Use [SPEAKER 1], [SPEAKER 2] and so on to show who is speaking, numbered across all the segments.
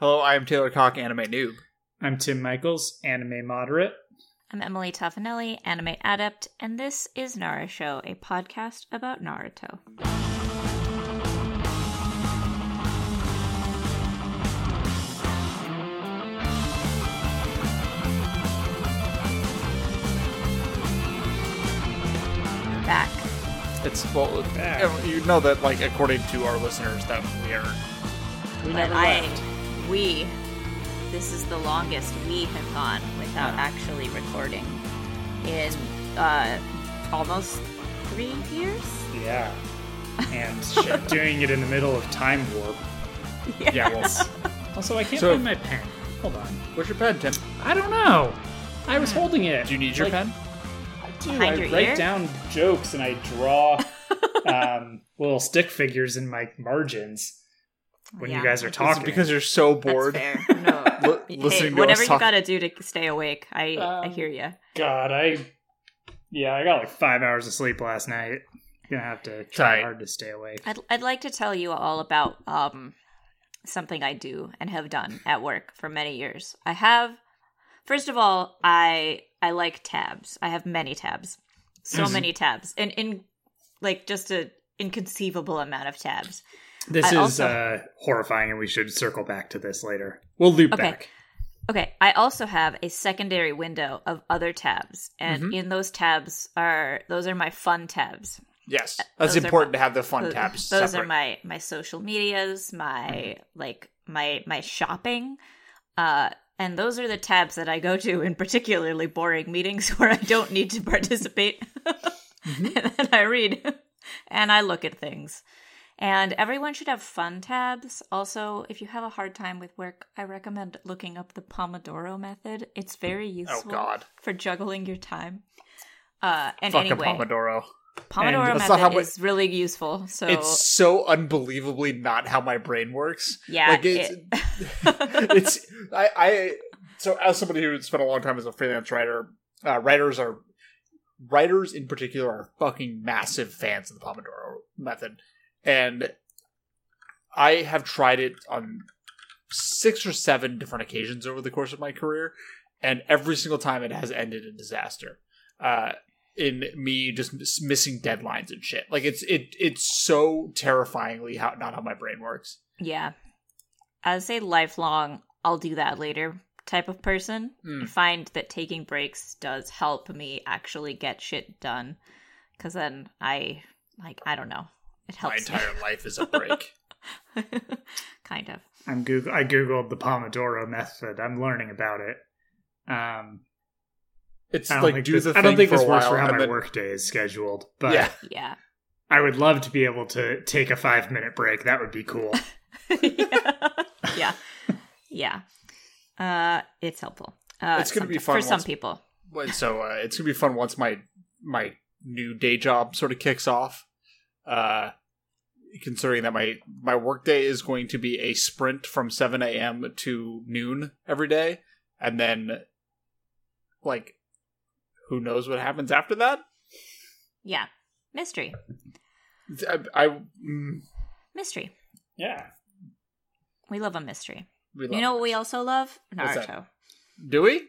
[SPEAKER 1] Hello, I am Taylor Cock, anime noob.
[SPEAKER 2] I'm Tim Michaels, anime moderate.
[SPEAKER 3] I'm Emily Toffanelli, anime adept, and this is Nara Show, a podcast about Naruto. Back.
[SPEAKER 1] It's well,
[SPEAKER 2] Back.
[SPEAKER 1] yeah, you know that like according to our listeners that we are
[SPEAKER 2] We
[SPEAKER 3] But
[SPEAKER 2] never
[SPEAKER 3] I,
[SPEAKER 2] left.
[SPEAKER 3] we, this is the longest we have gone without actually recording in uh, almost three years.
[SPEAKER 2] Yeah. And shit, doing it in the middle of time warp.
[SPEAKER 1] yeah. Well,
[SPEAKER 2] Also, I can't
[SPEAKER 1] So-
[SPEAKER 2] find my pen. Hold on.
[SPEAKER 1] what's your pen, Tim?
[SPEAKER 2] I don't know. I was holding it.
[SPEAKER 1] Do you need your
[SPEAKER 2] Like,
[SPEAKER 1] pen?
[SPEAKER 2] I do.
[SPEAKER 3] Hmm. Behind
[SPEAKER 2] I
[SPEAKER 3] your
[SPEAKER 2] write
[SPEAKER 3] ear?
[SPEAKER 2] down jokes and I draw um, little stick figures in my margins when
[SPEAKER 3] Yeah.
[SPEAKER 2] you guys are
[SPEAKER 3] Is it
[SPEAKER 1] Is
[SPEAKER 2] talking.
[SPEAKER 1] it because you're so bored?
[SPEAKER 3] That's fair. No.
[SPEAKER 1] Li-
[SPEAKER 3] hey,
[SPEAKER 1] listening to
[SPEAKER 3] whatever
[SPEAKER 1] us
[SPEAKER 3] you
[SPEAKER 1] talk.
[SPEAKER 3] gotta do to stay awake, I I
[SPEAKER 2] Um,
[SPEAKER 3] hear you.
[SPEAKER 2] God, I yeah, I got like five hours of sleep last night. Gonna have to try
[SPEAKER 1] Sorry.
[SPEAKER 2] hard to stay awake.
[SPEAKER 3] I'd I'd like to tell you all about um something I do and have done at work for many years. I have first of all, I I like tabs. I have many tabs. So
[SPEAKER 1] Mm-hmm.
[SPEAKER 2] Mhm.
[SPEAKER 3] many tabs. And in like just a inconceivable amount of tabs.
[SPEAKER 2] This
[SPEAKER 3] I
[SPEAKER 2] is
[SPEAKER 3] also-
[SPEAKER 2] uh, horrifying, and we should circle back to this later. We'll loop
[SPEAKER 3] Okay.
[SPEAKER 2] back.
[SPEAKER 3] Okay, I also have a secondary window of other tabs, and
[SPEAKER 1] Mm-hmm.
[SPEAKER 3] in those tabs are those are my fun tabs.
[SPEAKER 1] Yes, that's
[SPEAKER 3] Those are
[SPEAKER 1] important
[SPEAKER 3] my-
[SPEAKER 1] to have the fun
[SPEAKER 3] Th-
[SPEAKER 1] tabs.
[SPEAKER 3] Those
[SPEAKER 1] separate. Mm-hmm.
[SPEAKER 3] are my my social medias, my like my my shopping, uh, and those are the tabs that I go to in particularly boring meetings where I don't need to participate.
[SPEAKER 1] Mm-hmm.
[SPEAKER 3] and then I read, and I look at things. And everyone should have fun tabs. Also, if you have a hard time with work, I recommend looking up the Pomodoro method. It's very useful
[SPEAKER 1] Oh, God.
[SPEAKER 3] for juggling your time. Uh, and
[SPEAKER 1] Fuck
[SPEAKER 3] anyway,
[SPEAKER 1] a pomodoro.
[SPEAKER 3] Pomodoro
[SPEAKER 2] And
[SPEAKER 1] that's not
[SPEAKER 3] method
[SPEAKER 1] how we-
[SPEAKER 3] is really useful. So
[SPEAKER 1] It's so unbelievably not how my brain works.
[SPEAKER 3] Yeah,
[SPEAKER 1] like it's, it's I, I so as somebody who spent a long time as a freelance writer, uh, writers are writers in particular are fucking massive fans of the Pomodoro method, and I have tried it on six or seven different occasions over the course of my career, and every single time it has ended in disaster. Uh, in me just miss- missing deadlines and shit. Like it's it it's so terrifyingly how not how my brain works.
[SPEAKER 3] yeah, as a lifelong, I'll do that later type of person,
[SPEAKER 1] Mm.
[SPEAKER 3] I find that taking breaks does help me actually get shit done. Because then I like I don't know, it
[SPEAKER 1] My
[SPEAKER 3] helps.
[SPEAKER 1] entire life is a break.
[SPEAKER 3] me. kind of.
[SPEAKER 2] I'm Google. I googled the Pomodoro method. I'm learning about it. Um,
[SPEAKER 1] It's
[SPEAKER 2] I don't
[SPEAKER 1] like
[SPEAKER 2] think
[SPEAKER 1] do
[SPEAKER 2] this,
[SPEAKER 1] the
[SPEAKER 2] I don't
[SPEAKER 1] thing
[SPEAKER 2] think
[SPEAKER 1] for
[SPEAKER 2] this
[SPEAKER 1] a
[SPEAKER 2] works
[SPEAKER 1] while
[SPEAKER 2] for how
[SPEAKER 1] and
[SPEAKER 2] my
[SPEAKER 1] then-
[SPEAKER 2] workday is scheduled, but
[SPEAKER 1] Yeah.
[SPEAKER 3] Yeah.
[SPEAKER 2] I would love to be able to take a five minute break. That would be cool.
[SPEAKER 3] yeah. yeah. Yeah. Uh, it's helpful. Uh,
[SPEAKER 1] It's gonna be fun
[SPEAKER 3] sometime- for some
[SPEAKER 1] once-
[SPEAKER 3] people.
[SPEAKER 1] Well, so uh, it's gonna be fun once my my new day job sort of kicks off. Uh, considering that my my workday is going to be a sprint from seven a.m. to noon every day, and then like who knows what happens after that?
[SPEAKER 3] Yeah. Mystery.
[SPEAKER 1] I, I mm,
[SPEAKER 3] Mystery.
[SPEAKER 2] yeah.
[SPEAKER 3] We love a mystery.
[SPEAKER 1] we love
[SPEAKER 3] You know what we also love?
[SPEAKER 1] What's that?
[SPEAKER 3] Naruto.
[SPEAKER 1] it. do we?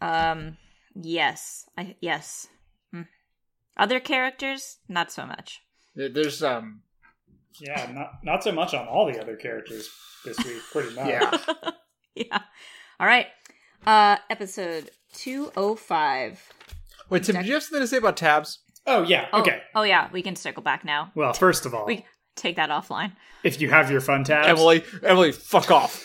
[SPEAKER 3] Um, yes, I yes. Mm. Other characters, not so much.
[SPEAKER 1] There- There's um
[SPEAKER 2] Yeah, not not so much on all the other characters this week, pretty much.
[SPEAKER 1] yeah.
[SPEAKER 3] Yeah. All right. Uh, episode two oh five.
[SPEAKER 1] Wait, Tim, did you have something to say about tabs?
[SPEAKER 2] Oh yeah. Okay.
[SPEAKER 3] Oh yeah, we can circle back now.
[SPEAKER 2] Well, first of all,
[SPEAKER 3] We take that offline.
[SPEAKER 2] if you have your fun tabs,
[SPEAKER 1] Emily, Emily, fuck off.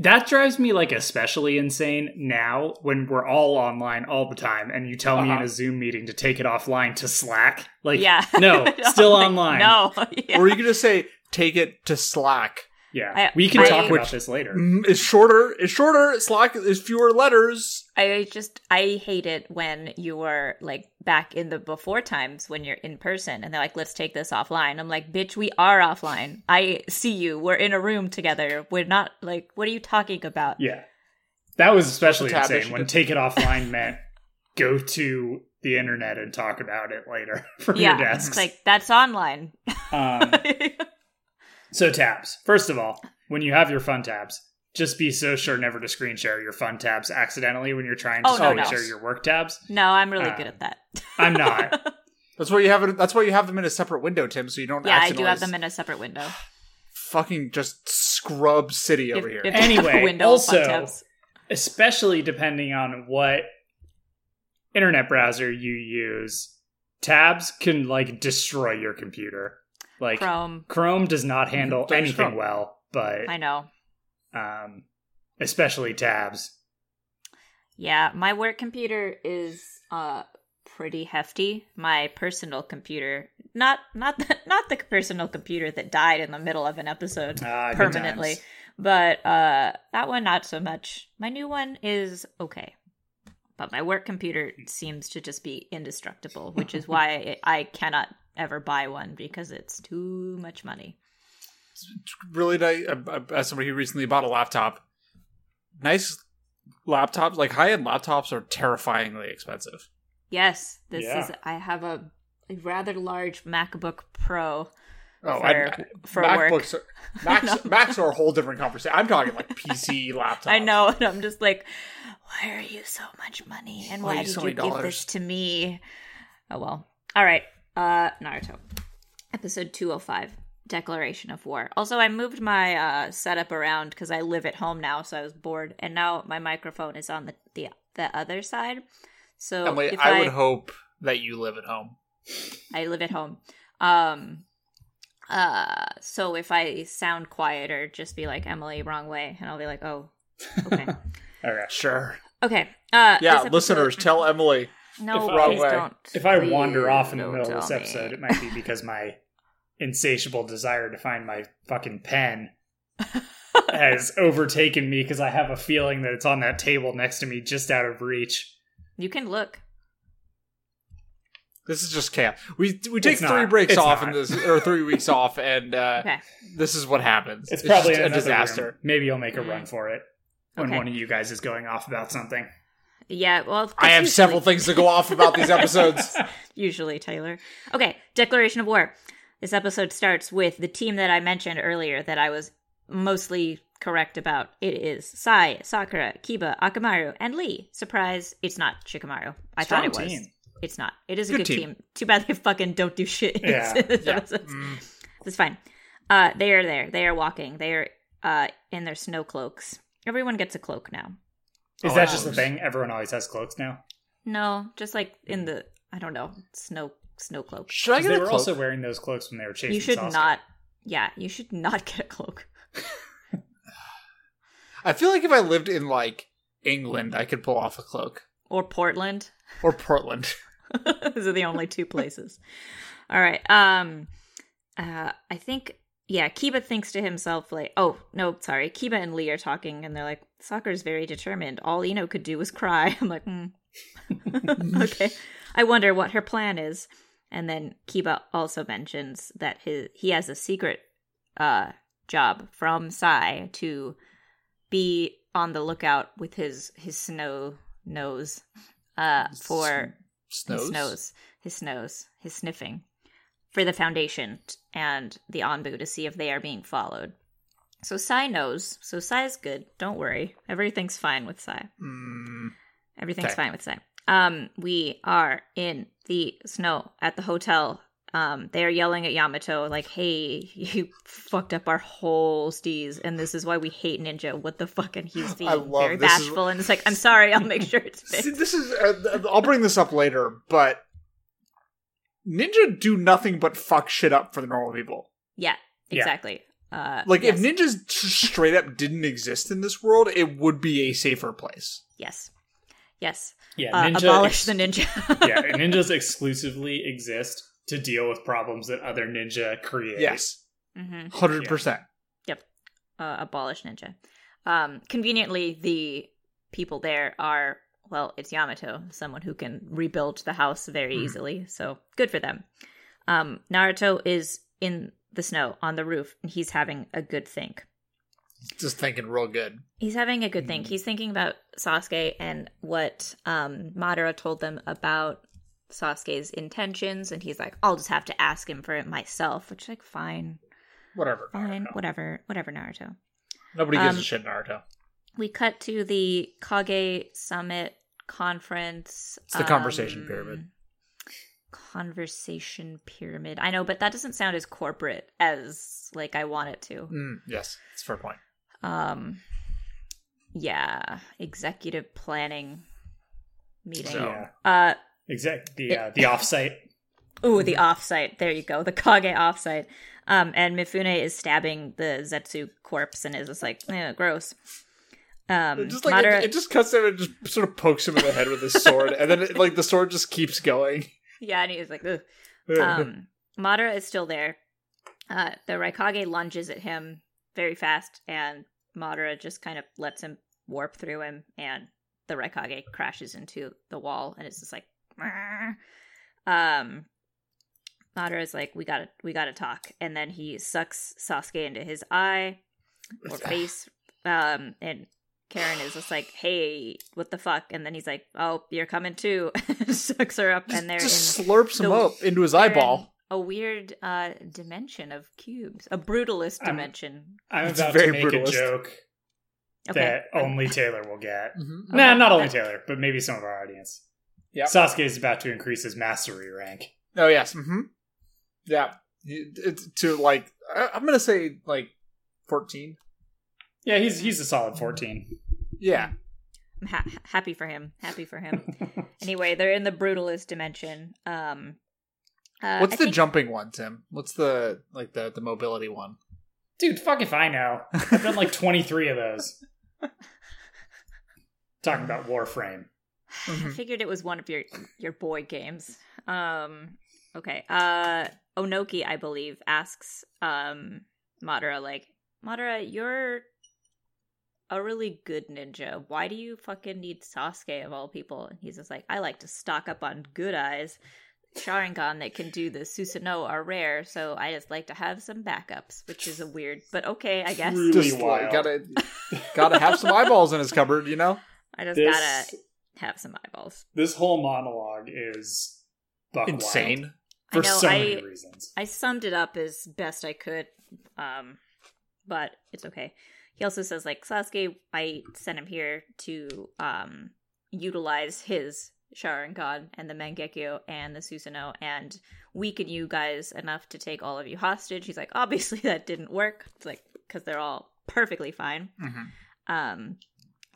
[SPEAKER 2] that drives me like especially insane now when we're all online all the time, and you tell me in
[SPEAKER 1] Uh-huh.
[SPEAKER 2] a Zoom meeting to take it offline to Slack. Like,
[SPEAKER 3] Yeah.
[SPEAKER 2] no,
[SPEAKER 3] Like,
[SPEAKER 2] still online.
[SPEAKER 3] No. Yeah.
[SPEAKER 1] Or you could just say take it to Slack.
[SPEAKER 2] Yeah,
[SPEAKER 3] I-
[SPEAKER 2] we can
[SPEAKER 3] I-
[SPEAKER 2] talk
[SPEAKER 1] Which-
[SPEAKER 2] about this later.
[SPEAKER 1] Mm, It's shorter. It's shorter. Slack is fewer letters.
[SPEAKER 3] I just I hate it when you are like back in the before times when you're in person and they're like, let's take this offline. I'm like, bitch, we are offline. I see you. We're in a room together. We're not like, what are you talking about?
[SPEAKER 2] Yeah. That was especially
[SPEAKER 1] Tab issue.
[SPEAKER 2] insane when take it offline meant go to the internet and talk about it later from
[SPEAKER 3] yeah,
[SPEAKER 2] your desks.
[SPEAKER 3] it's like that's online.
[SPEAKER 2] um, So tabs. First of all, when you have your fun tabs, just be so sure never to screen share your fun tabs accidentally when you're trying to
[SPEAKER 3] Oh, no,
[SPEAKER 2] screen
[SPEAKER 3] no.
[SPEAKER 2] share your work tabs.
[SPEAKER 3] No, I'm really good
[SPEAKER 2] Um,
[SPEAKER 3] at that.
[SPEAKER 2] I'm not.
[SPEAKER 1] That's why you have it. That's why you have them in a separate window, Tim. So you don't.
[SPEAKER 3] yeah, I
[SPEAKER 1] accidentally
[SPEAKER 3] do have them in a separate window.
[SPEAKER 1] Fucking just scrub city over here.
[SPEAKER 3] If- if you have a
[SPEAKER 2] Anyway,
[SPEAKER 3] window of fun
[SPEAKER 2] also-
[SPEAKER 3] tabs.
[SPEAKER 2] Especially depending on what internet browser you use, tabs can like destroy your computer. Like Chrome,
[SPEAKER 3] Chrome.
[SPEAKER 2] does not handle
[SPEAKER 1] Don't use
[SPEAKER 2] anything
[SPEAKER 1] Chrome.
[SPEAKER 2] well, but
[SPEAKER 3] I know.
[SPEAKER 2] um, especially tabs.
[SPEAKER 3] Yeah, my work computer is uh pretty hefty. My personal computer, not not the, not the personal computer that died in the middle of an episode
[SPEAKER 2] Ah, good
[SPEAKER 3] permanently,
[SPEAKER 2] times.
[SPEAKER 3] but uh that one not so much. My new one is okay. But my work computer seems to just be indestructible, which is why it, I cannot ever buy one because it's too much money.
[SPEAKER 1] really nice. uh, As somebody who recently bought a laptop, nice laptops, like high end laptops, are terrifyingly expensive.
[SPEAKER 3] Yes, this
[SPEAKER 2] Yeah.
[SPEAKER 3] is. I have a rather large MacBook Pro
[SPEAKER 1] Oh,
[SPEAKER 3] for,
[SPEAKER 1] I,
[SPEAKER 3] for work.
[SPEAKER 1] MacBooks, are, Macs, Macs are a whole different conversation. I'm talking like PC laptops.
[SPEAKER 3] I know, and I'm just like, why are you so much money, and
[SPEAKER 1] Why
[SPEAKER 3] why,
[SPEAKER 1] are you
[SPEAKER 3] did
[SPEAKER 1] so many
[SPEAKER 3] you give
[SPEAKER 1] dollars?
[SPEAKER 3] this to me? Oh well. All right. Uh, Naruto, episode two hundred five, declaration of war. Also, I moved my uh setup around because I live at home now, so I was bored, and now my microphone is on the the, the other side. So
[SPEAKER 1] Emily,
[SPEAKER 3] if
[SPEAKER 1] I would hope that you live at home.
[SPEAKER 3] I live at home. Um uh so if I sound quieter, just be like Emily, wrong way, and I'll be like, Oh, okay.
[SPEAKER 2] All right.
[SPEAKER 1] Sure.
[SPEAKER 3] okay. Uh
[SPEAKER 1] Yeah,
[SPEAKER 3] this episode-
[SPEAKER 1] listeners, tell Emily.
[SPEAKER 3] No,
[SPEAKER 2] If I-
[SPEAKER 3] please
[SPEAKER 1] Wrong way.
[SPEAKER 3] don't.
[SPEAKER 2] If I
[SPEAKER 3] Please
[SPEAKER 2] wander off in the
[SPEAKER 3] don't
[SPEAKER 2] middle of
[SPEAKER 3] tell
[SPEAKER 2] this
[SPEAKER 3] me.
[SPEAKER 2] episode, it might be because my insatiable desire to find my fucking pen has overtaken me because I have a feeling that it's on that table next to me just out of reach.
[SPEAKER 3] You can look.
[SPEAKER 1] This is just camp. We we take
[SPEAKER 2] It's
[SPEAKER 1] three
[SPEAKER 2] not.
[SPEAKER 1] breaks
[SPEAKER 2] It's
[SPEAKER 1] off
[SPEAKER 2] not.
[SPEAKER 1] and this or three weeks off, and uh,
[SPEAKER 3] Okay.
[SPEAKER 1] this is what happens.
[SPEAKER 2] It's, probably
[SPEAKER 1] just
[SPEAKER 2] in
[SPEAKER 1] a
[SPEAKER 2] another
[SPEAKER 1] disaster.
[SPEAKER 2] room. Maybe I'll make a run for it when
[SPEAKER 3] Mm. Okay.
[SPEAKER 2] one of you guys is going off about something.
[SPEAKER 3] Yeah, well
[SPEAKER 1] I
[SPEAKER 3] that's
[SPEAKER 1] have several
[SPEAKER 3] usually-
[SPEAKER 1] things to go off about these episodes.
[SPEAKER 3] usually Taylor. Okay, declaration of war. This episode starts with the team that I mentioned earlier that I was mostly correct about. It is Sai, Sakura, Kiba, Akamaru, and Lee. Surprise, it's not Shikamaru. I
[SPEAKER 2] Strong
[SPEAKER 3] thought it was.
[SPEAKER 2] team.
[SPEAKER 3] It's not. It is a
[SPEAKER 1] Good
[SPEAKER 3] good team.
[SPEAKER 1] team.
[SPEAKER 3] Too bad they fucking don't do shit. in
[SPEAKER 2] Yeah.
[SPEAKER 3] this
[SPEAKER 1] Yeah.
[SPEAKER 3] episode. It's fine. Uh, they are there. They are walking. They are uh, in their snow cloaks. Everyone gets a cloak now.
[SPEAKER 2] Is
[SPEAKER 1] Oh,
[SPEAKER 2] that just the
[SPEAKER 1] wow.
[SPEAKER 2] thing? Everyone always has cloaks now.
[SPEAKER 3] No, just like in the I don't know snow snow cloak.
[SPEAKER 1] Should I
[SPEAKER 2] 'Cause
[SPEAKER 1] get
[SPEAKER 2] They
[SPEAKER 1] a
[SPEAKER 2] were
[SPEAKER 1] cloak?
[SPEAKER 2] also wearing those cloaks when they were chasing.
[SPEAKER 3] you should
[SPEAKER 2] Sasuke.
[SPEAKER 3] not. Yeah, you should not get a cloak.
[SPEAKER 1] I feel like if I lived in like England, I could pull off a cloak
[SPEAKER 3] Or Portland.
[SPEAKER 1] or Portland.
[SPEAKER 3] Those are the only two places. All right. Um uh I think yeah, Kiba thinks to himself like, "Oh, no, sorry. Kiba and Lee are talking and they're like, "Soccer's very determined. All Eno could do was cry." I'm like, mm. "Okay. I wonder what her plan is." And then Kiba also mentions that his he has a secret uh job from Sai to be on the lookout with his his snow nose uh for
[SPEAKER 1] Snows.
[SPEAKER 3] his nose, his nose, his sniffing for the foundation t- and the Anbu to see if they are being followed. So Sai knows. So Sai's good. Don't worry. Everything's fine with Sai.
[SPEAKER 1] Mm,
[SPEAKER 3] Everything's
[SPEAKER 1] Okay.
[SPEAKER 3] fine with Sai. Um, we are in the snow at the hotel. Um, they are yelling at Yamato like, "Hey, you fucked up our whole steez, and this is why we hate Ninja." What the fuck? And he's being
[SPEAKER 1] love
[SPEAKER 3] very
[SPEAKER 1] this is-
[SPEAKER 3] bashful, and it's like, "I'm sorry, I'll make sure it's
[SPEAKER 1] See,
[SPEAKER 3] fixed."
[SPEAKER 1] this is. Uh, I'll bring this up later, but ninja do nothing but fuck shit up for the normal people.
[SPEAKER 3] Yeah,
[SPEAKER 2] Yeah.
[SPEAKER 3] exactly. Uh,
[SPEAKER 1] Like
[SPEAKER 3] yes.
[SPEAKER 1] if ninjas t- straight up didn't exist in this world, it would be a safer place.
[SPEAKER 3] Yes. Yes.
[SPEAKER 2] Yeah,
[SPEAKER 3] Uh,
[SPEAKER 2] ninja
[SPEAKER 3] abolish
[SPEAKER 2] ex-
[SPEAKER 3] the ninja.
[SPEAKER 2] yeah, ninjas exclusively exist to deal with problems that other ninja create.
[SPEAKER 1] Yes,
[SPEAKER 3] hmm
[SPEAKER 1] hundred percent.
[SPEAKER 3] uh, abolish ninja. Um, conveniently, the people there are, well, it's Yamato, someone who can rebuild the house very
[SPEAKER 1] Mhm.
[SPEAKER 2] Hmm.
[SPEAKER 3] easily. So good for them. Um, Naruto is in the snow on the roof and he's having a good think.
[SPEAKER 1] Just thinking real good.
[SPEAKER 3] He's having a good
[SPEAKER 2] Hmm.
[SPEAKER 3] think. He's thinking about Sasuke and what um, Madara told them about Sasuke's intentions. And he's like, I'll just have to ask him for it myself, which, like, fine.
[SPEAKER 1] Whatever.
[SPEAKER 3] Fine,
[SPEAKER 1] Naruto.
[SPEAKER 3] whatever, whatever, Naruto.
[SPEAKER 1] Nobody gives
[SPEAKER 3] Um,
[SPEAKER 1] a shit in Naruto.
[SPEAKER 3] We cut to the Kage Summit conference. um,
[SPEAKER 1] It's the conversation pyramid.
[SPEAKER 3] Conversation pyramid. I know, but that doesn't sound as corporate as like I want it to.
[SPEAKER 1] Mm, yes, it's a fair point.
[SPEAKER 3] Um, yeah, executive planning meeting.
[SPEAKER 1] So-
[SPEAKER 2] Yeah.
[SPEAKER 3] Uh,
[SPEAKER 2] Exactly. The uh, the offsite.
[SPEAKER 3] Ooh, the offsite. There you go. The Kage offsite. Um, and Mifune is stabbing the Zetsu corpse and is just like, eh, gross. Um,
[SPEAKER 1] It just like
[SPEAKER 3] Madara-
[SPEAKER 1] it, it just cuts him and just sort of pokes him in the head with his sword, and then it, like the sword just keeps going.
[SPEAKER 3] yeah, and he's like, Ugh. um, Madara is still there. Uh, the Raikage lunges at him very fast, and Madara just kind of lets him warp through him, and the Raikage crashes into the wall, and it's just like, "Arr." um, Madara is like, we gotta, we gotta talk, and then he sucks Sasuke into his eye or face, um, and Karen is just like, hey, what the fuck, and then he's like, oh, you're coming too, sucks her up,
[SPEAKER 1] just,
[SPEAKER 3] and they're
[SPEAKER 1] just
[SPEAKER 3] in
[SPEAKER 1] slurps him
[SPEAKER 3] the-
[SPEAKER 1] up into his
[SPEAKER 3] they're in
[SPEAKER 1] eyeball.
[SPEAKER 3] A weird uh, dimension of cubes, a brutalist
[SPEAKER 2] I'm-
[SPEAKER 3] dimension.
[SPEAKER 2] I'm
[SPEAKER 1] It's
[SPEAKER 2] about
[SPEAKER 1] very
[SPEAKER 2] to make
[SPEAKER 1] brutalist.
[SPEAKER 2] a joke
[SPEAKER 3] Okay,
[SPEAKER 2] that
[SPEAKER 1] Oh.
[SPEAKER 2] only Taylor will get.
[SPEAKER 1] Mhm.
[SPEAKER 2] Nah, not only Taylor, but maybe some of our audience.
[SPEAKER 1] Yep.
[SPEAKER 2] Sasuke is about to increase his mastery rank.
[SPEAKER 1] Oh yes. hmm Yeah. It- it- to like, I, I'm gonna say like 14.
[SPEAKER 2] Yeah, he's he's a solid fourteen.
[SPEAKER 1] Yeah.
[SPEAKER 3] I'm ha- happy for him. Happy for him. anyway, they're in the brutalist dimension. Um, uh,
[SPEAKER 1] What's
[SPEAKER 3] I
[SPEAKER 1] the
[SPEAKER 3] think-
[SPEAKER 1] jumping one, Tim? What's the like the the mobility one?
[SPEAKER 2] Dude, fuck if I know. I've done like twenty three of those. Talking about Warframe.
[SPEAKER 3] I figured it was one of your your boy games. Um, okay. Uh, Onoki, I believe, asks um, Madara like, Madara, you're a really good ninja. Why do you fucking need Sasuke of all people? And he's just like, I like to stock up on good eyes. Sharingan that can do the Susanoo are rare, so I just like to have some backups, which is a weird, but okay, I guess.
[SPEAKER 2] True. Really wild.
[SPEAKER 1] gotta gotta have some eyeballs in his cupboard, you know.
[SPEAKER 3] I just
[SPEAKER 2] This
[SPEAKER 3] gotta have some eyeballs.
[SPEAKER 2] this whole monologue is buck wild
[SPEAKER 1] Insane.
[SPEAKER 2] for
[SPEAKER 3] I know,
[SPEAKER 2] so
[SPEAKER 3] I-
[SPEAKER 2] many reasons.
[SPEAKER 3] I summed it up as best I could, um, but it's okay. He also says like Sasuke, I sent him here to um, utilize his Sharingan and the Mangekyo and the Susanoo and weaken you guys enough to take all of you hostage. He's like, obviously that didn't work. It's like because they're all perfectly fine.
[SPEAKER 1] Mm-hmm.
[SPEAKER 3] Um,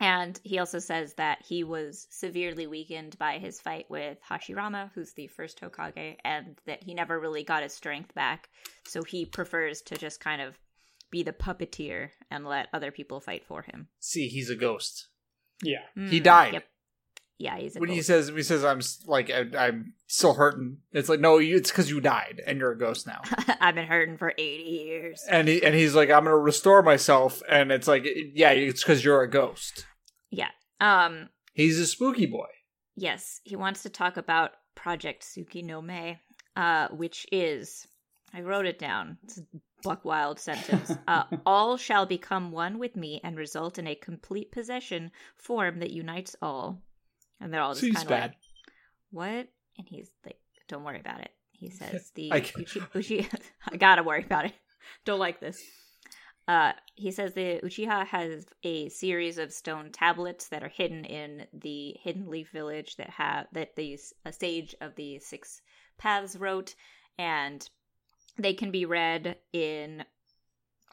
[SPEAKER 3] and he also says that he was severely weakened by his fight with Hashirama, who's the first Hokage, and that he never really got his strength back. So he prefers to just kind of be the puppeteer and let other people fight for him.
[SPEAKER 1] See, he's a ghost.
[SPEAKER 2] Yeah.
[SPEAKER 1] He
[SPEAKER 3] Mm,
[SPEAKER 1] died.
[SPEAKER 3] Yep. Yeah, he's a
[SPEAKER 1] When he
[SPEAKER 3] ghost.
[SPEAKER 1] says when he says I'm s- like I, I'm still hurting, it's like no, you, it's because you died and you're a ghost now.
[SPEAKER 3] I've been hurting for 80 years.
[SPEAKER 1] and he and he's like I'm gonna restore myself, and it's like yeah, it's because you're a ghost.
[SPEAKER 3] Um,
[SPEAKER 1] He's a spooky boy.
[SPEAKER 3] Yes, he wants to talk about Project Suki no Me, uh, which is, I wrote it down. It's a buck wild sentence. Uh, all shall become one with me and result in a complete possession form that unites all. And they're all just
[SPEAKER 1] Seems
[SPEAKER 3] kind of like,
[SPEAKER 1] bad.
[SPEAKER 3] what? And he's like, don't worry about it. He says the
[SPEAKER 1] I ca-
[SPEAKER 3] Uchi- Uchi- I gotta worry about it. Don't like this. Uh, he says the Uchiha has a series of stone tablets that are hidden in the Hidden Leaf Village that have that the s- a sage of the Six Paths wrote, and they can be read in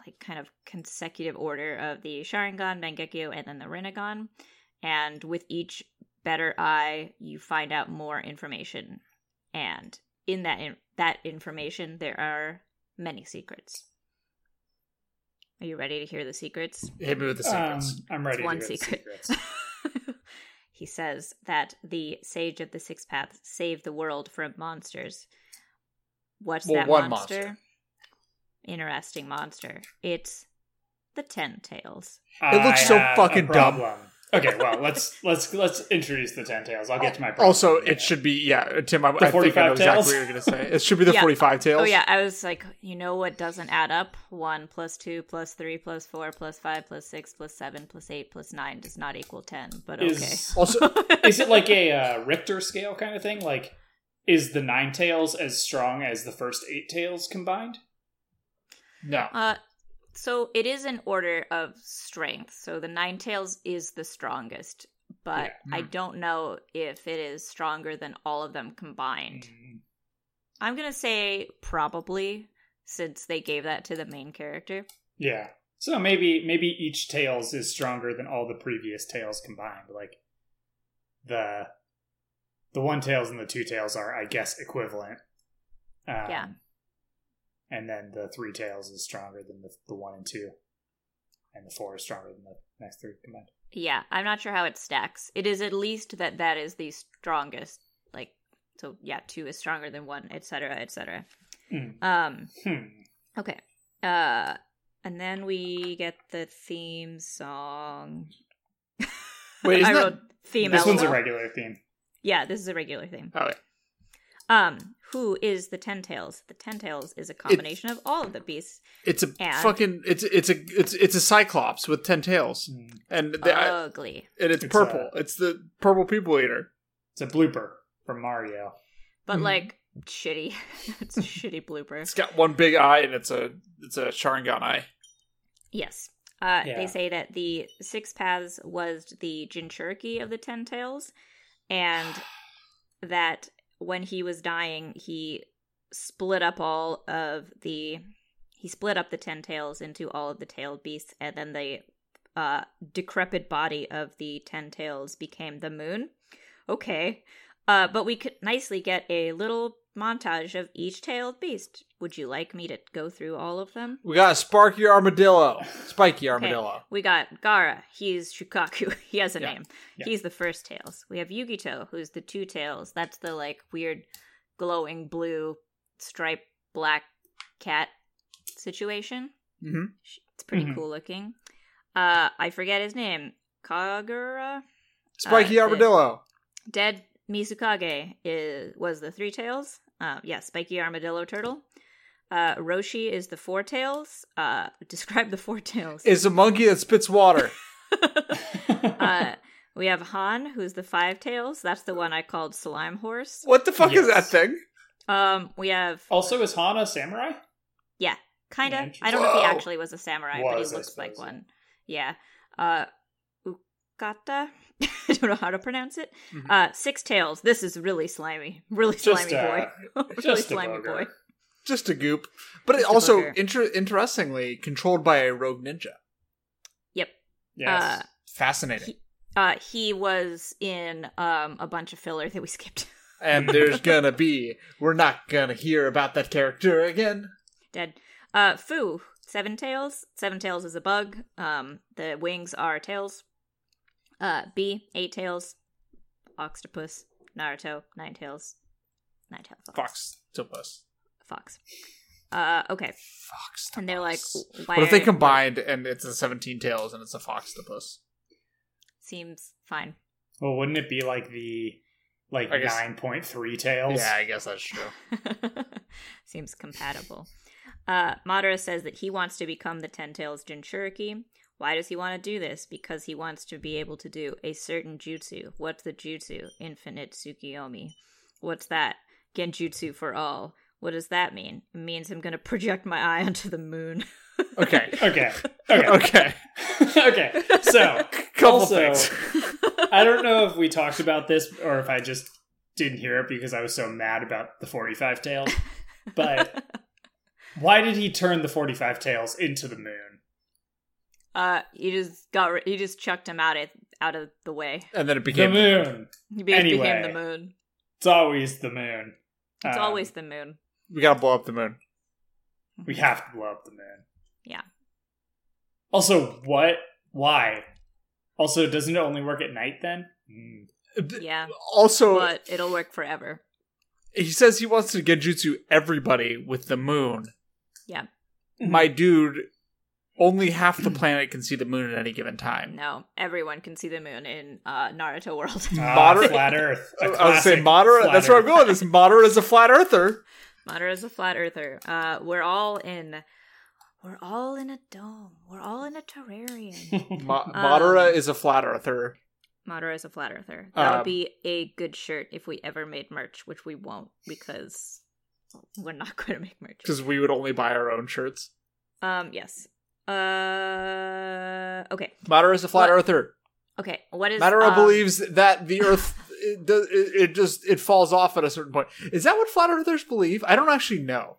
[SPEAKER 3] like kind of consecutive order of the Sharingan, Mangekyo, and then the Rinnegan. And with each better eye, you find out more information. And in that in- that information, there are many secrets. Are you ready to hear the secrets?
[SPEAKER 1] Hit me with the secrets.
[SPEAKER 2] Um, I'm ready.
[SPEAKER 3] It's one
[SPEAKER 2] to hear the
[SPEAKER 3] secret.
[SPEAKER 2] secrets.
[SPEAKER 3] he says that the sage of the six paths saved the world from monsters. What's
[SPEAKER 1] Well,
[SPEAKER 3] that
[SPEAKER 1] one
[SPEAKER 3] monster?
[SPEAKER 1] monster.
[SPEAKER 3] Interesting monster. It's the Ten Tails.
[SPEAKER 1] It looks
[SPEAKER 2] I
[SPEAKER 1] so
[SPEAKER 2] have
[SPEAKER 1] fucking dumb.
[SPEAKER 2] a problem. Okay, well let's let's let's introduce the ten tails. I'll get to my problem.
[SPEAKER 1] also,
[SPEAKER 2] Yeah.
[SPEAKER 1] it should be yeah, Tim. I,
[SPEAKER 2] The
[SPEAKER 1] I think I know
[SPEAKER 2] 45
[SPEAKER 1] exactly
[SPEAKER 2] tails?
[SPEAKER 1] what you're gonna say. It should be the
[SPEAKER 3] Yeah.
[SPEAKER 1] 45 tails.
[SPEAKER 3] Oh yeah, I was like, you know what doesn't add up? One plus two plus three plus four plus five plus six plus seven plus eight plus nine does not equal ten. But okay,
[SPEAKER 2] is
[SPEAKER 1] Also,
[SPEAKER 2] is it like a uh, Richter scale kind of thing? Like, is the nine tails as strong as the first eight tails combined?
[SPEAKER 1] No.
[SPEAKER 3] Uh, so it is an order of strength. So the Nine Tails is the strongest, but
[SPEAKER 1] Yeah.
[SPEAKER 3] I don't know if it is stronger than all of them
[SPEAKER 2] Mm.
[SPEAKER 3] combined.
[SPEAKER 1] Mm.
[SPEAKER 3] I'm gonna say probably, since they gave that to the main character.
[SPEAKER 2] Yeah. So maybe maybe each tails is stronger than all the previous tails combined. Like the the one tails and the two tails are, I guess, equivalent. Um,
[SPEAKER 3] Yeah.
[SPEAKER 2] And then the three tails is stronger than the, the one and two, and the four is stronger than the next three combined.
[SPEAKER 3] Yeah, I'm not sure how it stacks. It is at least that that is the strongest. Like, so yeah, two is stronger than one, etc., etc.
[SPEAKER 2] Mm.
[SPEAKER 3] Um,
[SPEAKER 2] Hmm.
[SPEAKER 3] okay. Uh, and then we get the theme song.
[SPEAKER 1] Wait, isn't
[SPEAKER 3] I
[SPEAKER 1] that-
[SPEAKER 3] wrote theme.
[SPEAKER 2] This one's a
[SPEAKER 3] LOL.
[SPEAKER 2] regular theme.
[SPEAKER 3] Yeah, this is a regular theme.
[SPEAKER 1] Oh, yeah.
[SPEAKER 3] Um, who is the Ten Tails? The Ten Tails is a combination of all of the beasts.
[SPEAKER 1] It's a
[SPEAKER 3] And-
[SPEAKER 1] fucking it's it's a it's it's a cyclops with ten tails,
[SPEAKER 2] Hmm.
[SPEAKER 1] and the,
[SPEAKER 3] Oh.
[SPEAKER 1] uh, I-
[SPEAKER 3] Ugly,
[SPEAKER 1] and it's,
[SPEAKER 2] It's,
[SPEAKER 1] purple.
[SPEAKER 2] uh,
[SPEAKER 1] it's the purple people eater.
[SPEAKER 2] It's a blooper from Mario.
[SPEAKER 3] but
[SPEAKER 1] Mhm.
[SPEAKER 3] like shitty. it's a shitty blooper.
[SPEAKER 1] It's got one big eye, and it's a it's a Sharingan eye.
[SPEAKER 3] Yes. Uh,
[SPEAKER 2] Yeah.
[SPEAKER 3] They say that the Six Paths was the Jinchuriki of the Ten Tails, and that when he was dying, he split up all of the. He split up the Ten Tails into all of the tailed beasts, and then the uh, decrepit body of the Ten Tails became the moon. Okay. Uh, but we could nicely get a little montage of each tailed beast. Would you like me to go through all of them?
[SPEAKER 1] We got a Sparky Armadillo, Spiky
[SPEAKER 3] Okay,
[SPEAKER 1] Armadillo.
[SPEAKER 3] We got Gara. He's Shukaku. He has a
[SPEAKER 1] Yeah,
[SPEAKER 3] name.
[SPEAKER 2] yeah.
[SPEAKER 3] He's the first tails. We have Yugito, who's the two tails. That's the like weird glowing blue stripe black cat situation.
[SPEAKER 1] hmm
[SPEAKER 3] Sh- It's pretty
[SPEAKER 2] Mhm.
[SPEAKER 3] cool looking. Uh I forget his name. Kagura?
[SPEAKER 1] Spiky
[SPEAKER 3] the-
[SPEAKER 1] Armadillo.
[SPEAKER 3] Dead Mizukage is was the three tails. Uh, yeah, spiky armadillo turtle. Uh, Roshi is the four tails. Uh, describe the four tails.
[SPEAKER 1] It's a monkey that spits water.
[SPEAKER 3] uh, we have Han, who's the five tails. That's the one I called Slime Horse.
[SPEAKER 1] what the fuck is that
[SPEAKER 2] Yes.
[SPEAKER 1] thing?
[SPEAKER 3] Um, we have
[SPEAKER 2] also, is Hana a samurai?
[SPEAKER 3] kind of.
[SPEAKER 2] Interesting.
[SPEAKER 3] I don't know if he
[SPEAKER 1] Whoa!
[SPEAKER 3] actually was a samurai, but
[SPEAKER 2] Was,
[SPEAKER 3] he
[SPEAKER 2] I
[SPEAKER 3] looks like
[SPEAKER 2] suppose, yeah.
[SPEAKER 3] one. Yeah. Uh, Ukata. I don't know how to pronounce it.
[SPEAKER 1] Mhm.
[SPEAKER 3] Uh, six tails. This is really slimy. Really
[SPEAKER 2] Mm-hmm. Just,
[SPEAKER 3] slimy
[SPEAKER 2] uh,
[SPEAKER 3] boy. really
[SPEAKER 2] Just a
[SPEAKER 3] slimy
[SPEAKER 2] booger.
[SPEAKER 3] boy.
[SPEAKER 1] Just a goop. But it
[SPEAKER 3] Just a
[SPEAKER 1] also
[SPEAKER 3] booger.
[SPEAKER 1] inter- interestingly controlled by a rogue ninja.
[SPEAKER 3] Yep.
[SPEAKER 2] Yes.
[SPEAKER 3] Uh,
[SPEAKER 1] Fascinating.
[SPEAKER 3] Uh, he was in um a bunch of filler that we skipped.
[SPEAKER 1] and there's gonna be we're not gonna hear about that character again.
[SPEAKER 3] Dead. Uh, Fu. Seven tails. Seven tails is a bug. Um, the wings are tails. Uh, B. Eight tails. Octopus. Naruto. Nine tails. Nine tails.
[SPEAKER 1] Fox Topus.
[SPEAKER 3] Fox. Uh, okay.
[SPEAKER 1] Fox.
[SPEAKER 3] And they're like, why
[SPEAKER 1] What if they
[SPEAKER 3] are-
[SPEAKER 1] combined and it's a seventeen tails and it's a foxtopus?
[SPEAKER 3] Seems fine.
[SPEAKER 2] Well, wouldn't it be like the like
[SPEAKER 1] I guess-
[SPEAKER 2] nine point three tails?
[SPEAKER 1] Yeah, I guess that's true.
[SPEAKER 3] Seems compatible. Uh, Madara says that he wants to become the Ten Tails Jinchuriki. Why does he want to do this? Because he wants to be able to do a certain jutsu. What's the jutsu? Infinite Tsukiyomi. What's that? Genjutsu for all. What does that mean? It means I'm going to project my eye onto the moon.
[SPEAKER 1] Okay.
[SPEAKER 2] Okay. Okay.
[SPEAKER 1] Okay.
[SPEAKER 2] okay. So
[SPEAKER 1] Couple
[SPEAKER 2] Also-
[SPEAKER 1] things.
[SPEAKER 2] I don't know if we talked about this or if I just didn't hear it because I was so mad about the forty five tails. But why did he turn the forty five tails into the moon?
[SPEAKER 3] Uh, he just got ri he just chucked him out of out of the way.
[SPEAKER 1] And then it
[SPEAKER 2] The
[SPEAKER 1] became
[SPEAKER 2] moon.
[SPEAKER 3] He be- became
[SPEAKER 2] Anyway.
[SPEAKER 3] the moon.
[SPEAKER 2] It's always the moon.
[SPEAKER 3] It's
[SPEAKER 2] Um,
[SPEAKER 3] always the moon.
[SPEAKER 1] we gotta blow up the moon.
[SPEAKER 2] we have to blow up the moon.
[SPEAKER 3] Yeah.
[SPEAKER 2] Also, what? Why? Also, doesn't it only work at night then? Mm.
[SPEAKER 3] Yeah,
[SPEAKER 1] Also,
[SPEAKER 3] but it'll work forever.
[SPEAKER 1] he says he wants to genjutsu everybody with the moon.
[SPEAKER 3] Yeah.
[SPEAKER 2] Mm-hmm.
[SPEAKER 1] My dude, only half the planet can see the moon at any given time.
[SPEAKER 3] No, everyone can see the moon in uh, Naruto World.
[SPEAKER 2] Ah,
[SPEAKER 1] Moderate-
[SPEAKER 2] flat Earth. a
[SPEAKER 1] I would say
[SPEAKER 2] classic
[SPEAKER 1] moderate.
[SPEAKER 2] flat
[SPEAKER 1] That's where I'm
[SPEAKER 2] Earth.
[SPEAKER 1] going. with This moderate is a flat earther.
[SPEAKER 3] Madara is a flat earther. Uh, we're all in. We're all in a dome. We're all in a terrarium.
[SPEAKER 1] Mo-
[SPEAKER 3] Um,
[SPEAKER 1] Madara is a flat earther.
[SPEAKER 3] Madara is a flat earther. That
[SPEAKER 1] Um,
[SPEAKER 3] would be a good shirt if we ever made merch, which we won't because we're not going to make merch.
[SPEAKER 1] because we would only buy our own shirts.
[SPEAKER 3] Um, yes. Uh, okay.
[SPEAKER 1] Matter is a flat
[SPEAKER 3] What-
[SPEAKER 1] earther.
[SPEAKER 3] Okay. What is
[SPEAKER 1] Madara
[SPEAKER 3] um,
[SPEAKER 1] believes that the Earth it, does, it, it just it falls off at a certain point. Is that what flat earthers believe? I don't actually know.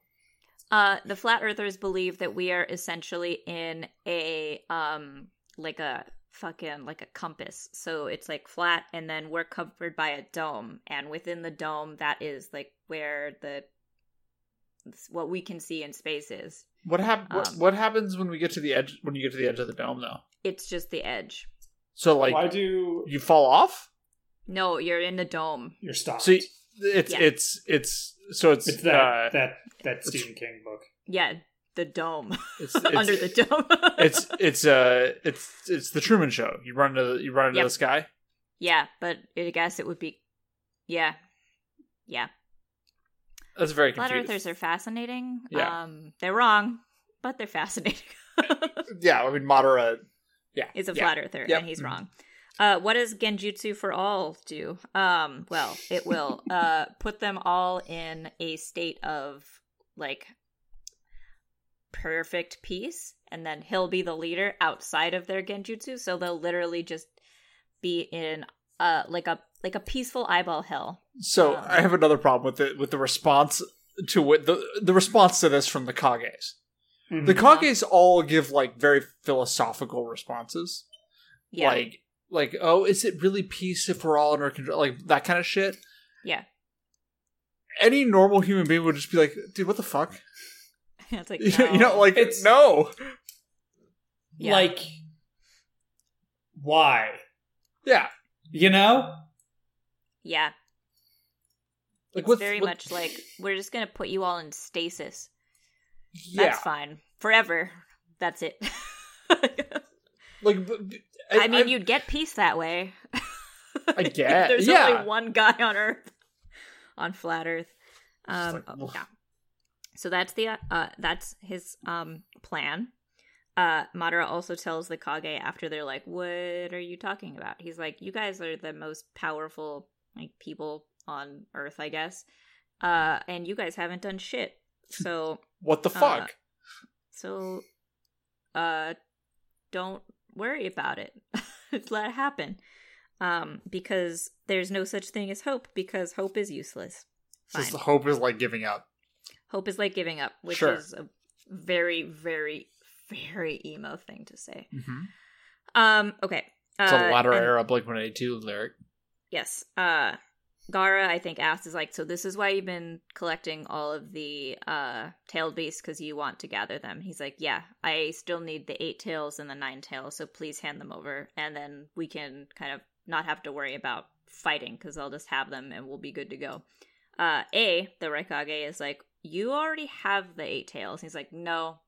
[SPEAKER 3] Uh, the flat earthers believe that we are essentially in a um like a fucking like a compass. So it's like flat and then we're covered by a dome and within the dome that is like where the what we can see in space is.
[SPEAKER 1] What hap- what,
[SPEAKER 3] Um.
[SPEAKER 1] what happens when we get to the edge when you get to the edge of the dome though?
[SPEAKER 3] It's just the edge.
[SPEAKER 1] So like
[SPEAKER 2] Why do
[SPEAKER 1] you fall off?
[SPEAKER 3] No, you're in the dome.
[SPEAKER 2] you're stopped?
[SPEAKER 1] So you- it's
[SPEAKER 3] Yeah.
[SPEAKER 1] it's it's so it's,
[SPEAKER 2] it's that
[SPEAKER 1] uh,
[SPEAKER 2] that that Stephen King book.
[SPEAKER 3] Yeah, the dome.
[SPEAKER 1] it's, it's
[SPEAKER 3] Under the dome.
[SPEAKER 1] it's it's uh it's it's the Truman Show. You run into the, you run into
[SPEAKER 3] Yep.
[SPEAKER 1] the sky.
[SPEAKER 3] Yeah, but I guess it would be Yeah. Yeah.
[SPEAKER 1] That's very
[SPEAKER 3] Flat
[SPEAKER 1] confusing.
[SPEAKER 3] earthers are fascinating.
[SPEAKER 1] Yeah.
[SPEAKER 3] Um, they're wrong, but they're fascinating.
[SPEAKER 1] Yeah, I mean Madara. Yeah,
[SPEAKER 3] He's a
[SPEAKER 1] yeah.
[SPEAKER 3] flat earther,
[SPEAKER 1] Yep.
[SPEAKER 3] and he's
[SPEAKER 1] Mhm.
[SPEAKER 3] wrong. Uh, what does Genjutsu for all do? Um, well, it will uh, put them all in a state of like perfect peace, and then he'll be the leader outside of their Genjutsu, so they'll literally just be in uh like a like a peaceful eyeball hell.
[SPEAKER 1] So
[SPEAKER 3] Um,
[SPEAKER 1] I have another problem with the with the response to what the the response to this from the Kages. The
[SPEAKER 3] Mm-hmm.
[SPEAKER 2] Mhm.
[SPEAKER 1] Kages all give like very philosophical responses,
[SPEAKER 3] Yeah,
[SPEAKER 1] like like oh, is it really peace if we're all under control? Like that kind of shit.
[SPEAKER 3] Yeah.
[SPEAKER 1] Any normal human being would just be like, dude, what the fuck?
[SPEAKER 3] it's like
[SPEAKER 1] You know- You
[SPEAKER 3] no.
[SPEAKER 1] know, like
[SPEAKER 2] It's-
[SPEAKER 1] no.
[SPEAKER 3] Yeah.
[SPEAKER 2] Like why?
[SPEAKER 1] Yeah.
[SPEAKER 2] You know?
[SPEAKER 3] yeah.
[SPEAKER 1] Like
[SPEAKER 3] it's
[SPEAKER 1] what-
[SPEAKER 3] very
[SPEAKER 1] what-
[SPEAKER 3] much like we're just gonna put you all in stasis.
[SPEAKER 1] yeah.
[SPEAKER 3] That's fine forever. That's it.
[SPEAKER 1] Like but-
[SPEAKER 3] I, mean,
[SPEAKER 1] I-
[SPEAKER 3] you'd get peace that way.
[SPEAKER 1] I get-
[SPEAKER 3] There's
[SPEAKER 1] yeah.
[SPEAKER 3] only one guy on Earth, on flat Earth.
[SPEAKER 1] just
[SPEAKER 3] Um,
[SPEAKER 1] like, oof.
[SPEAKER 3] yeah. So that's the uh, uh, that's his um plan. Uh, Madara also tells the Kage after they're like, "What are you talking about?" He's like, "You guys are the most powerful like people on Earth, I guess, uh, and you guys haven't done shit." So
[SPEAKER 1] what
[SPEAKER 3] uh,
[SPEAKER 1] the fuck?
[SPEAKER 3] so uh don't worry about it. Let it happen. Um because there's no such thing as hope because hope is useless.
[SPEAKER 1] It's Just the
[SPEAKER 3] Fine.
[SPEAKER 1] hope is like giving up.
[SPEAKER 3] Hope is like giving up, which
[SPEAKER 1] Sure.
[SPEAKER 3] is a very very very emo thing to say.
[SPEAKER 2] Mm-hmm.
[SPEAKER 3] Um okay.
[SPEAKER 1] It's a
[SPEAKER 3] Uh,
[SPEAKER 1] latter
[SPEAKER 3] and-
[SPEAKER 1] era Blink One Eighty Two lyric.
[SPEAKER 3] Yes. Uh Gara, I think, asks is like, so this is why you've been collecting all of the uh tailed beasts because you want to gather them. He's like, Yeah, I still need the eight tails and the nine tails, so please hand them over, and then we can kind of not have to worry about fighting because I'll just have them and we'll be good to go. Uh A, the Raikage, is like, You already have the eight tails. He's like, No,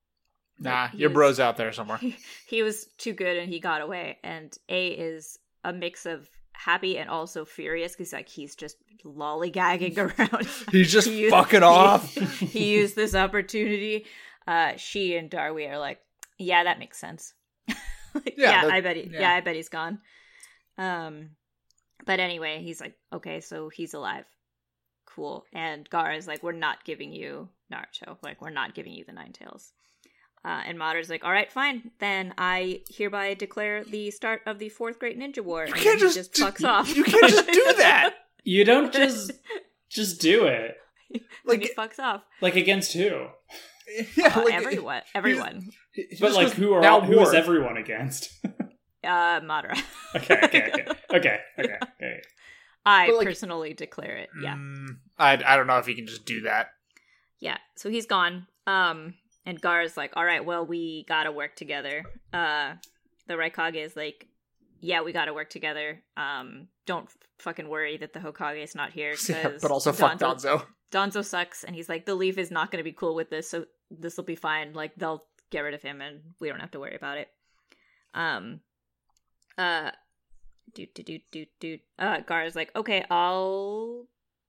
[SPEAKER 1] Nah,
[SPEAKER 3] Like, he
[SPEAKER 1] your
[SPEAKER 3] was-
[SPEAKER 1] bro's out there somewhere.
[SPEAKER 3] he, he was too good and he got away. And A is a mix of happy and also furious because like he's just lollygagging around.
[SPEAKER 1] He's just
[SPEAKER 3] He-
[SPEAKER 1] fucking off.
[SPEAKER 3] he used this opportunity. Uh, she and Darby are like, yeah, that makes sense. Like,
[SPEAKER 1] Yeah,
[SPEAKER 3] yeah,
[SPEAKER 1] that-
[SPEAKER 3] I bet. He, yeah.
[SPEAKER 1] yeah.
[SPEAKER 3] I bet he's gone. Um, but anyway, he's like, okay, so he's alive. Cool. And Gara's like, we're not giving you Naruto. Like, we're not giving you the Nine Tails. Uh, and Madara's like, all right, fine. Then I hereby declare the start of the fourth Great Ninja War.
[SPEAKER 1] You
[SPEAKER 3] And
[SPEAKER 1] can't
[SPEAKER 3] he
[SPEAKER 1] just
[SPEAKER 3] just
[SPEAKER 1] do-
[SPEAKER 3] fucks off.
[SPEAKER 1] you can't just do that.
[SPEAKER 2] You don't just just do it.
[SPEAKER 3] like, he
[SPEAKER 1] Like,
[SPEAKER 3] fucks off.
[SPEAKER 2] Like against who?
[SPEAKER 1] yeah,
[SPEAKER 3] Uh,
[SPEAKER 1] like
[SPEAKER 3] everyone, everyone.
[SPEAKER 1] he- he
[SPEAKER 2] But
[SPEAKER 1] just
[SPEAKER 2] like
[SPEAKER 1] goes,
[SPEAKER 2] who are
[SPEAKER 1] now
[SPEAKER 2] all, who is
[SPEAKER 1] war."
[SPEAKER 2] everyone against?
[SPEAKER 3] Uh, Madara.
[SPEAKER 2] okay, okay, okay, okay, okay, okay.
[SPEAKER 3] I
[SPEAKER 1] But, like-
[SPEAKER 3] personally declare it. Yeah.
[SPEAKER 1] Mm, I I don't know if he can just do that.
[SPEAKER 3] Yeah. So he's gone. Um and Gar's like, "All right, well, we got to work together." Uh the Raikage is like, "Yeah, we got to work together. Um don't f- fucking worry that the Hokage is not here cuz
[SPEAKER 1] Yeah, but also fuck Donzo.
[SPEAKER 3] Donzo sucks and he's like, "The Leaf is not going to be cool with this, so this will be fine. Like they'll get rid of him and we don't have to worry about it." Um uh do do do do do uh Gar is like, "Okay, I'll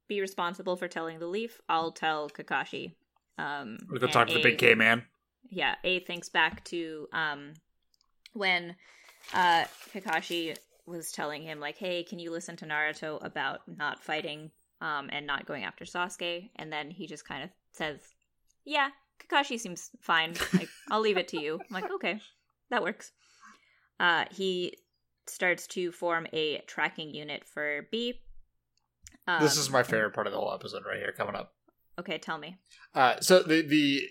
[SPEAKER 3] be responsible for telling the Leaf. I'll tell Kakashi." Um
[SPEAKER 1] We go
[SPEAKER 3] and
[SPEAKER 1] talk to the
[SPEAKER 3] A-
[SPEAKER 1] big K man.
[SPEAKER 3] yeah, A thinks back to um when uh Kakashi was telling him like, "Hey, can you listen to Naruto about not fighting um and not going after Sasuke?" And then he just kind of says, "Yeah, Kakashi seems fine. Like, I'll leave it to you. I'm like, okay, that works. Uh, he starts to form a tracking unit for B. Um,
[SPEAKER 1] this is my favorite part of the whole episode right here coming up.
[SPEAKER 3] okay. Tell me.
[SPEAKER 1] Uh, so the the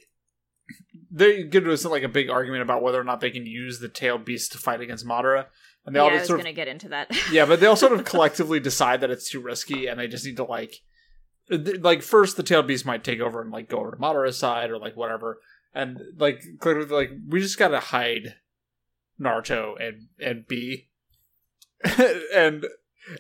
[SPEAKER 1] they get into like a big argument about whether or not they can use the tail beast to fight against Madara, and they
[SPEAKER 3] yeah,
[SPEAKER 1] all
[SPEAKER 3] I
[SPEAKER 1] just
[SPEAKER 3] was
[SPEAKER 1] sort of
[SPEAKER 3] gonna get into that.
[SPEAKER 1] yeah, but they all sort of collectively decide that it's too risky, and they just need to like, th- like first the tail beast might take over and like go over to Madara's side or like whatever, and like clearly they're like we just gotta hide Naruto and and B, and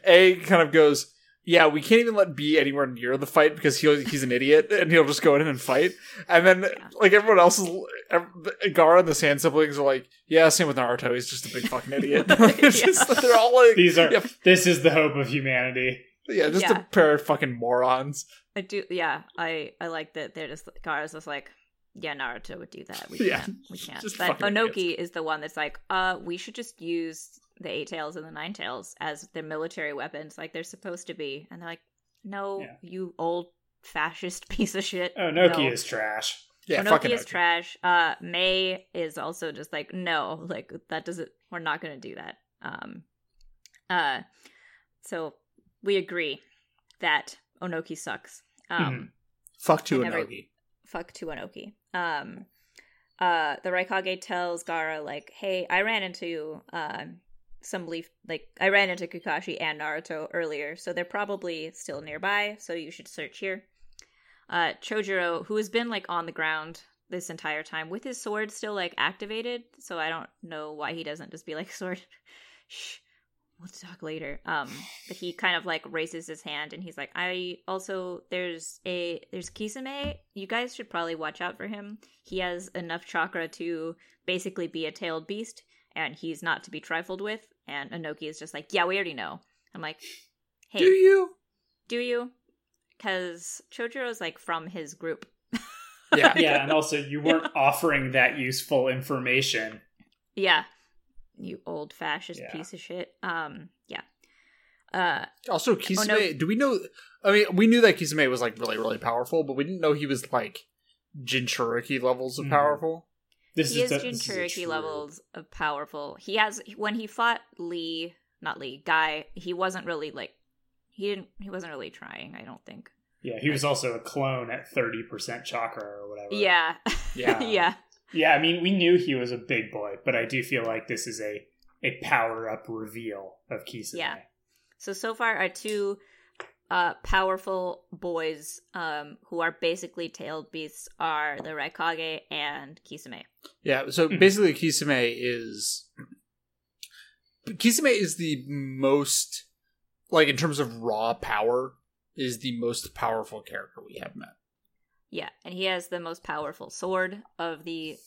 [SPEAKER 1] A kind of goes. Yeah, we can't even let B anywhere near the fight because he'll he's an idiot and he'll just go in and fight. And then
[SPEAKER 3] Yeah.
[SPEAKER 1] like everyone else is, ev- Gara and the Sand siblings are like, yeah, same with Naruto. He's just a big fucking idiot. It's just-
[SPEAKER 3] Yeah.
[SPEAKER 1] they're all like,
[SPEAKER 2] These are
[SPEAKER 1] Yep.
[SPEAKER 2] this is the hope of humanity.
[SPEAKER 1] yeah, just
[SPEAKER 3] Yeah.
[SPEAKER 1] a pair of fucking morons.
[SPEAKER 3] I do. Yeah, I I like that. They're just Gara's was like, yeah, Naruto would do that. We
[SPEAKER 1] Yeah,
[SPEAKER 3] can't. We can't.
[SPEAKER 1] just
[SPEAKER 3] But
[SPEAKER 1] fucking
[SPEAKER 3] Onoki is the one that's like, uh, we should just use the eight tails and the nine tails as their military weapons, like they're supposed to be. And they're like, no,
[SPEAKER 2] Yeah.
[SPEAKER 3] you old fascist piece of shit.
[SPEAKER 2] Oh, Noki
[SPEAKER 3] no.
[SPEAKER 2] is trash.
[SPEAKER 1] Yeah,
[SPEAKER 3] Onoki
[SPEAKER 1] fucking
[SPEAKER 3] is
[SPEAKER 1] Onoki.
[SPEAKER 3] trash. Uh, May is also just like, no, like that doesn't. We're not going to do that. Um, uh, so we agree that Onoki sucks. Um,
[SPEAKER 1] Mm-hmm. Fuck to
[SPEAKER 3] I never-
[SPEAKER 1] Onoki.
[SPEAKER 3] fuck to Onoki. Um, uh, the Raikage tells Gara like, "Hey, I ran into um some leaf like I ran into Kakashi and Naruto earlier, so they're probably still nearby. So you should search here." Uh, Chojuro, who has been like on the ground this entire time with his sword still like activated, so I don't know why he doesn't just be like sword. Shh. We'll talk later. Um, but he kind of like raises his hand and he's like, I also there's a there's Kisame. You guys should probably watch out for him. He has enough chakra to basically be a tailed beast, and he's not to be trifled with. And Anoki is just like, Yeah, we already know. I'm like, Hey,
[SPEAKER 1] Do you?
[SPEAKER 3] do you? Because Chojiro's like from his group.
[SPEAKER 1] Yeah.
[SPEAKER 2] Yeah, and also you weren't offering that useful information.
[SPEAKER 3] Yeah, you old fascist
[SPEAKER 2] Yeah.
[SPEAKER 3] piece of shit. Um, yeah. Uh,
[SPEAKER 1] Also, Kisame.
[SPEAKER 3] Ono-
[SPEAKER 1] Do we know? I mean, we knew that Kisame was like really, really powerful, but we didn't know he was like Jinchuriki levels of
[SPEAKER 2] Mhm.
[SPEAKER 1] powerful.
[SPEAKER 2] This
[SPEAKER 3] he
[SPEAKER 2] is
[SPEAKER 3] is
[SPEAKER 2] the, this is a
[SPEAKER 3] Jinchuriki
[SPEAKER 2] true-
[SPEAKER 3] levels of powerful. He has when he fought Lee, not Lee, Guy. He wasn't really like he didn't. He wasn't really trying. I don't think.
[SPEAKER 2] Yeah, he was also a clone at thirty percent chakra or whatever.
[SPEAKER 3] Yeah,
[SPEAKER 1] Yeah.
[SPEAKER 3] yeah,
[SPEAKER 2] yeah. I mean, we knew he was a big boy, but I do feel like this is a a power up reveal of Kisame.
[SPEAKER 3] Yeah. So so far, our two uh, powerful boys um, who are basically tailed beasts are the Raikage and Kisame.
[SPEAKER 1] Yeah. So
[SPEAKER 2] Mhm.
[SPEAKER 1] basically, Kisame is Kisame is the most like in terms of raw power is the most powerful character we have met.
[SPEAKER 3] Yeah, and he has the most powerful sword of the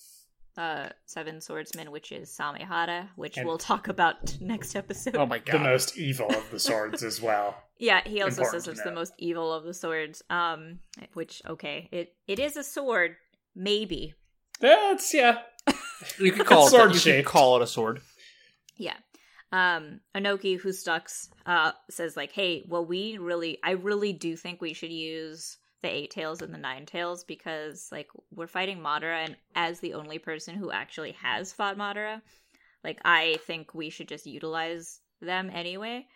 [SPEAKER 3] uh, seven swordsmen, which is Samehara, which
[SPEAKER 2] And-
[SPEAKER 3] we'll talk about next episode.
[SPEAKER 1] Oh my
[SPEAKER 2] The
[SPEAKER 1] god.
[SPEAKER 2] most evil of the swords as well.
[SPEAKER 3] Yeah, he also
[SPEAKER 2] Important
[SPEAKER 3] says
[SPEAKER 2] to
[SPEAKER 3] it's the
[SPEAKER 2] know.
[SPEAKER 3] most evil of the swords. Um, which okay, it it is a sword, maybe.
[SPEAKER 2] That's yeah.
[SPEAKER 1] you could call it that. You could
[SPEAKER 2] Sword-shaped.
[SPEAKER 1] call it a sword.
[SPEAKER 3] Yeah. Um, Anoki, who sucks, uh, says like, "Hey, well, we really, I really do think we should use the eight tails and the nine tails because like we're fighting Madara, and as the only person who actually has fought Madara, like I think we should just utilize them anyway."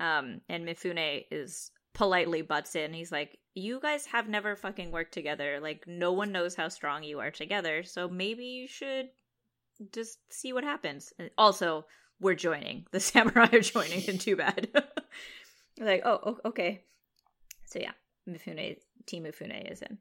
[SPEAKER 3] Um, and Mifune is politely butts in. He's like, "You guys have never fucking worked together. Like, no one knows how strong you are together. So maybe you should just see what happens." And also, we're joining. The samurai are joining, and too bad. like, oh, o- okay. So yeah, Mifune, Team Mifune is in.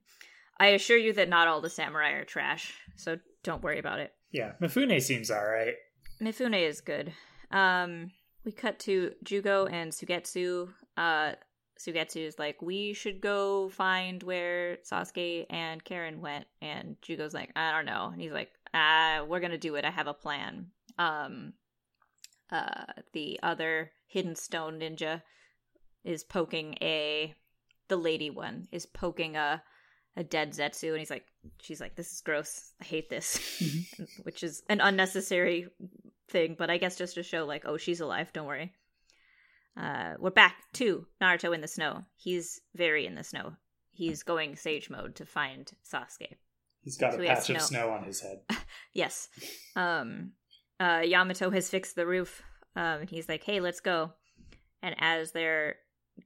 [SPEAKER 3] I assure you that not all the samurai are trash, so don't worry about it.
[SPEAKER 2] Yeah, Mifune seems all right.
[SPEAKER 3] Mifune is good. Um, we cut to Jugo and Sugetsu. Uh, Sugetsu is like, we should go find where Sasuke and Karen went, and Jugo's like, I don't know, and he's like, ah, we're gonna do it. I have a plan. Um, uh, the other hidden stone ninja is poking a, the lady one is poking a, a dead Zetsu, and he's like, she's like, this is gross. I hate this, which is an unnecessary thing, but I guess just to show like, oh, she's alive. Don't worry. Uh, we're back to Naruto in the snow. He's very in the snow. He's going sage mode to find Sasuke.
[SPEAKER 2] He's got
[SPEAKER 3] So
[SPEAKER 2] a
[SPEAKER 3] we have
[SPEAKER 2] patch of
[SPEAKER 3] snow.
[SPEAKER 2] snow on his head.
[SPEAKER 3] Yes. Um, uh, Yamato has fixed the roof. Um, and he's like, hey, let's go. And as they're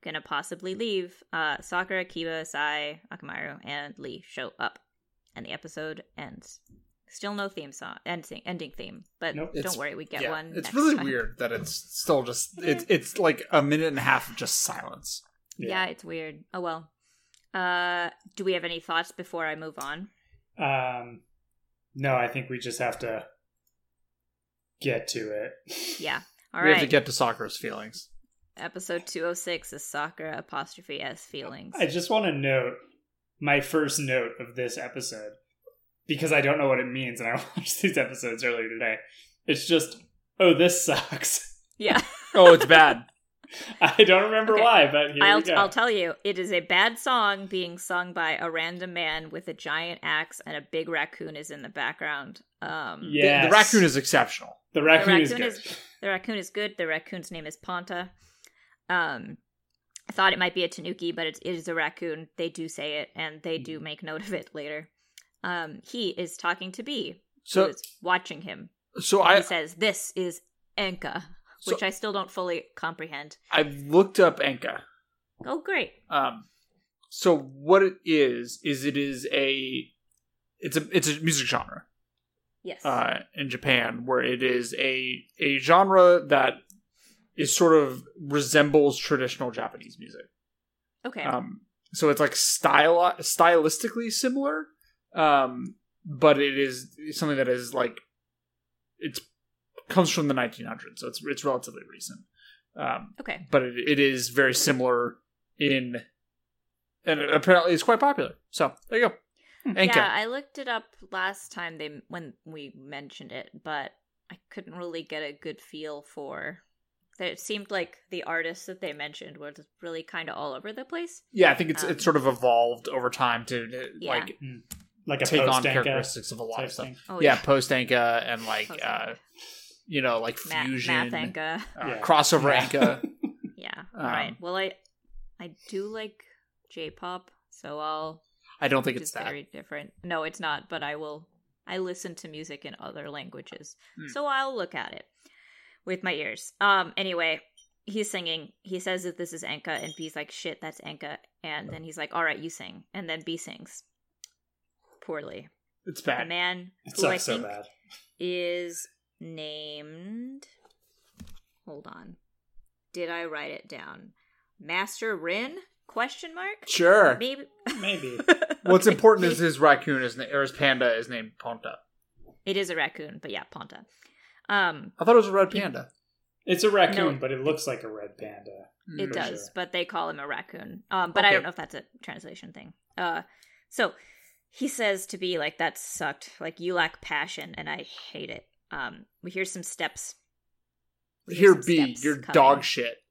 [SPEAKER 3] going to possibly leave, uh, Sakura, Kiba, Sai, Akamaru, and Lee show up. And the episode ends. Still no theme song, ending, ending theme. But
[SPEAKER 2] Nope.
[SPEAKER 3] don't
[SPEAKER 1] It's-
[SPEAKER 3] worry, we get
[SPEAKER 1] yeah,
[SPEAKER 3] one.
[SPEAKER 1] It's
[SPEAKER 3] next
[SPEAKER 1] really
[SPEAKER 3] time.
[SPEAKER 1] weird that it's still just it's it's like a minute and a half of just silence.
[SPEAKER 3] Yeah. it's weird. Oh, well. Uh, do we have any thoughts before I move on?
[SPEAKER 2] Um, no, I think we just have to get to it.
[SPEAKER 3] Yeah. All
[SPEAKER 1] we
[SPEAKER 3] right.
[SPEAKER 1] have to get to Sakura's feelings.
[SPEAKER 3] Episode 206 is Sakura apostrophe S feelings.
[SPEAKER 2] I just want to note my first note of this episode because I don't know what it means, and I watched these episodes earlier today. It's just, oh, this sucks.
[SPEAKER 3] yeah.
[SPEAKER 1] Oh, it's bad.
[SPEAKER 2] I don't remember
[SPEAKER 3] Okay.
[SPEAKER 2] why, but here
[SPEAKER 3] I'll,
[SPEAKER 2] we go.
[SPEAKER 3] I'll tell you, it is a bad song being sung by a random man with a giant axe and a big raccoon is in the background. Um,
[SPEAKER 1] The-
[SPEAKER 2] yes.
[SPEAKER 1] The, raccoon is exceptional.
[SPEAKER 2] the raccoon,
[SPEAKER 3] the
[SPEAKER 2] is good.
[SPEAKER 3] raccoon The raccoon is good. The raccoon's name is Ponta. Um, I thought it might be a tanuki, but it, it is a raccoon. They do say it, and they do make note of it later. Um, he is talking to B, who
[SPEAKER 1] So
[SPEAKER 3] is watching him.
[SPEAKER 1] so
[SPEAKER 3] And
[SPEAKER 1] I
[SPEAKER 3] he says, "This is Enka,"
[SPEAKER 1] So-
[SPEAKER 3] which I still don't fully comprehend.
[SPEAKER 1] I looked up Enka.
[SPEAKER 3] Oh, great!
[SPEAKER 1] Um, so what it is is it is a it's a it's a music genre
[SPEAKER 3] Yes,
[SPEAKER 1] uh, in Japan where it is a a genre that is sort of resembles traditional Japanese music.
[SPEAKER 3] okay,
[SPEAKER 1] Um, so it's like style stylistically similar, um, but it is something that is like it's comes from the 1900s, so it's it's relatively recent. Um,
[SPEAKER 3] okay,
[SPEAKER 1] but it, it is very similar in, and apparently it's quite popular. So there you go. Enka.
[SPEAKER 3] Hmm. yeah. I looked it up last time they when we mentioned it, but I couldn't really get a good feel for. It seemed like the artists that they mentioned were just really kind of all over the place.
[SPEAKER 1] Yeah, I think it's
[SPEAKER 3] Um,
[SPEAKER 1] it's sort of evolved over time to, to,
[SPEAKER 3] Yeah.
[SPEAKER 1] like
[SPEAKER 2] like a
[SPEAKER 1] take on
[SPEAKER 2] post anchor.
[SPEAKER 1] characteristics of a lot of stuff.
[SPEAKER 3] Oh
[SPEAKER 1] yeah, post Anka and like
[SPEAKER 3] Post
[SPEAKER 1] uh,
[SPEAKER 3] Anka.
[SPEAKER 1] you know like
[SPEAKER 3] Ma-
[SPEAKER 1] fusion
[SPEAKER 3] math Anka.
[SPEAKER 1] uh,
[SPEAKER 2] Yeah.
[SPEAKER 1] crossover
[SPEAKER 2] Yeah.
[SPEAKER 1] Anka.
[SPEAKER 3] Yeah.
[SPEAKER 1] Um,
[SPEAKER 3] All right. Well, I I do like J-pop, so I'll
[SPEAKER 1] I don't think
[SPEAKER 3] which
[SPEAKER 1] it's
[SPEAKER 3] is
[SPEAKER 1] that.
[SPEAKER 3] very different. No, it's not, but I will I listen to music in other languages.
[SPEAKER 1] Hmm.
[SPEAKER 3] So I'll look at it with my ears. Um anyway, he's singing. He says that this is Enka and B's like, "Shit, that's Enka." And then he's like, "All right, you sing." And then B sings poorly.
[SPEAKER 1] It's
[SPEAKER 3] The
[SPEAKER 1] bad.
[SPEAKER 3] man
[SPEAKER 2] It
[SPEAKER 3] who I
[SPEAKER 2] sucks so
[SPEAKER 3] think
[SPEAKER 2] bad.
[SPEAKER 3] is named. Hold on. Did I write it down? Master Rin? Question mark?
[SPEAKER 1] Sure.
[SPEAKER 3] Maybe.
[SPEAKER 2] Maybe.
[SPEAKER 1] What's
[SPEAKER 3] Okay.
[SPEAKER 1] important is his raccoon is na- or his panda is named Ponta.
[SPEAKER 3] it is a raccoon, but yeah, Ponta. Um,
[SPEAKER 1] I thought it was a red panda.
[SPEAKER 2] It's a raccoon,
[SPEAKER 3] No.
[SPEAKER 2] but it looks like a red panda.
[SPEAKER 3] it
[SPEAKER 1] Mm.
[SPEAKER 2] For
[SPEAKER 3] does,
[SPEAKER 2] sure.
[SPEAKER 3] but they call him a raccoon. Um, but I
[SPEAKER 1] Okay.
[SPEAKER 3] don't know if that's a translation thing. Uh, so he says to be like that sucked. Like you lack passion, and I hate it. Um, we hear some steps. We
[SPEAKER 1] Here,
[SPEAKER 3] some
[SPEAKER 1] B,
[SPEAKER 3] steps
[SPEAKER 1] you're
[SPEAKER 3] coming.
[SPEAKER 1] dog shit.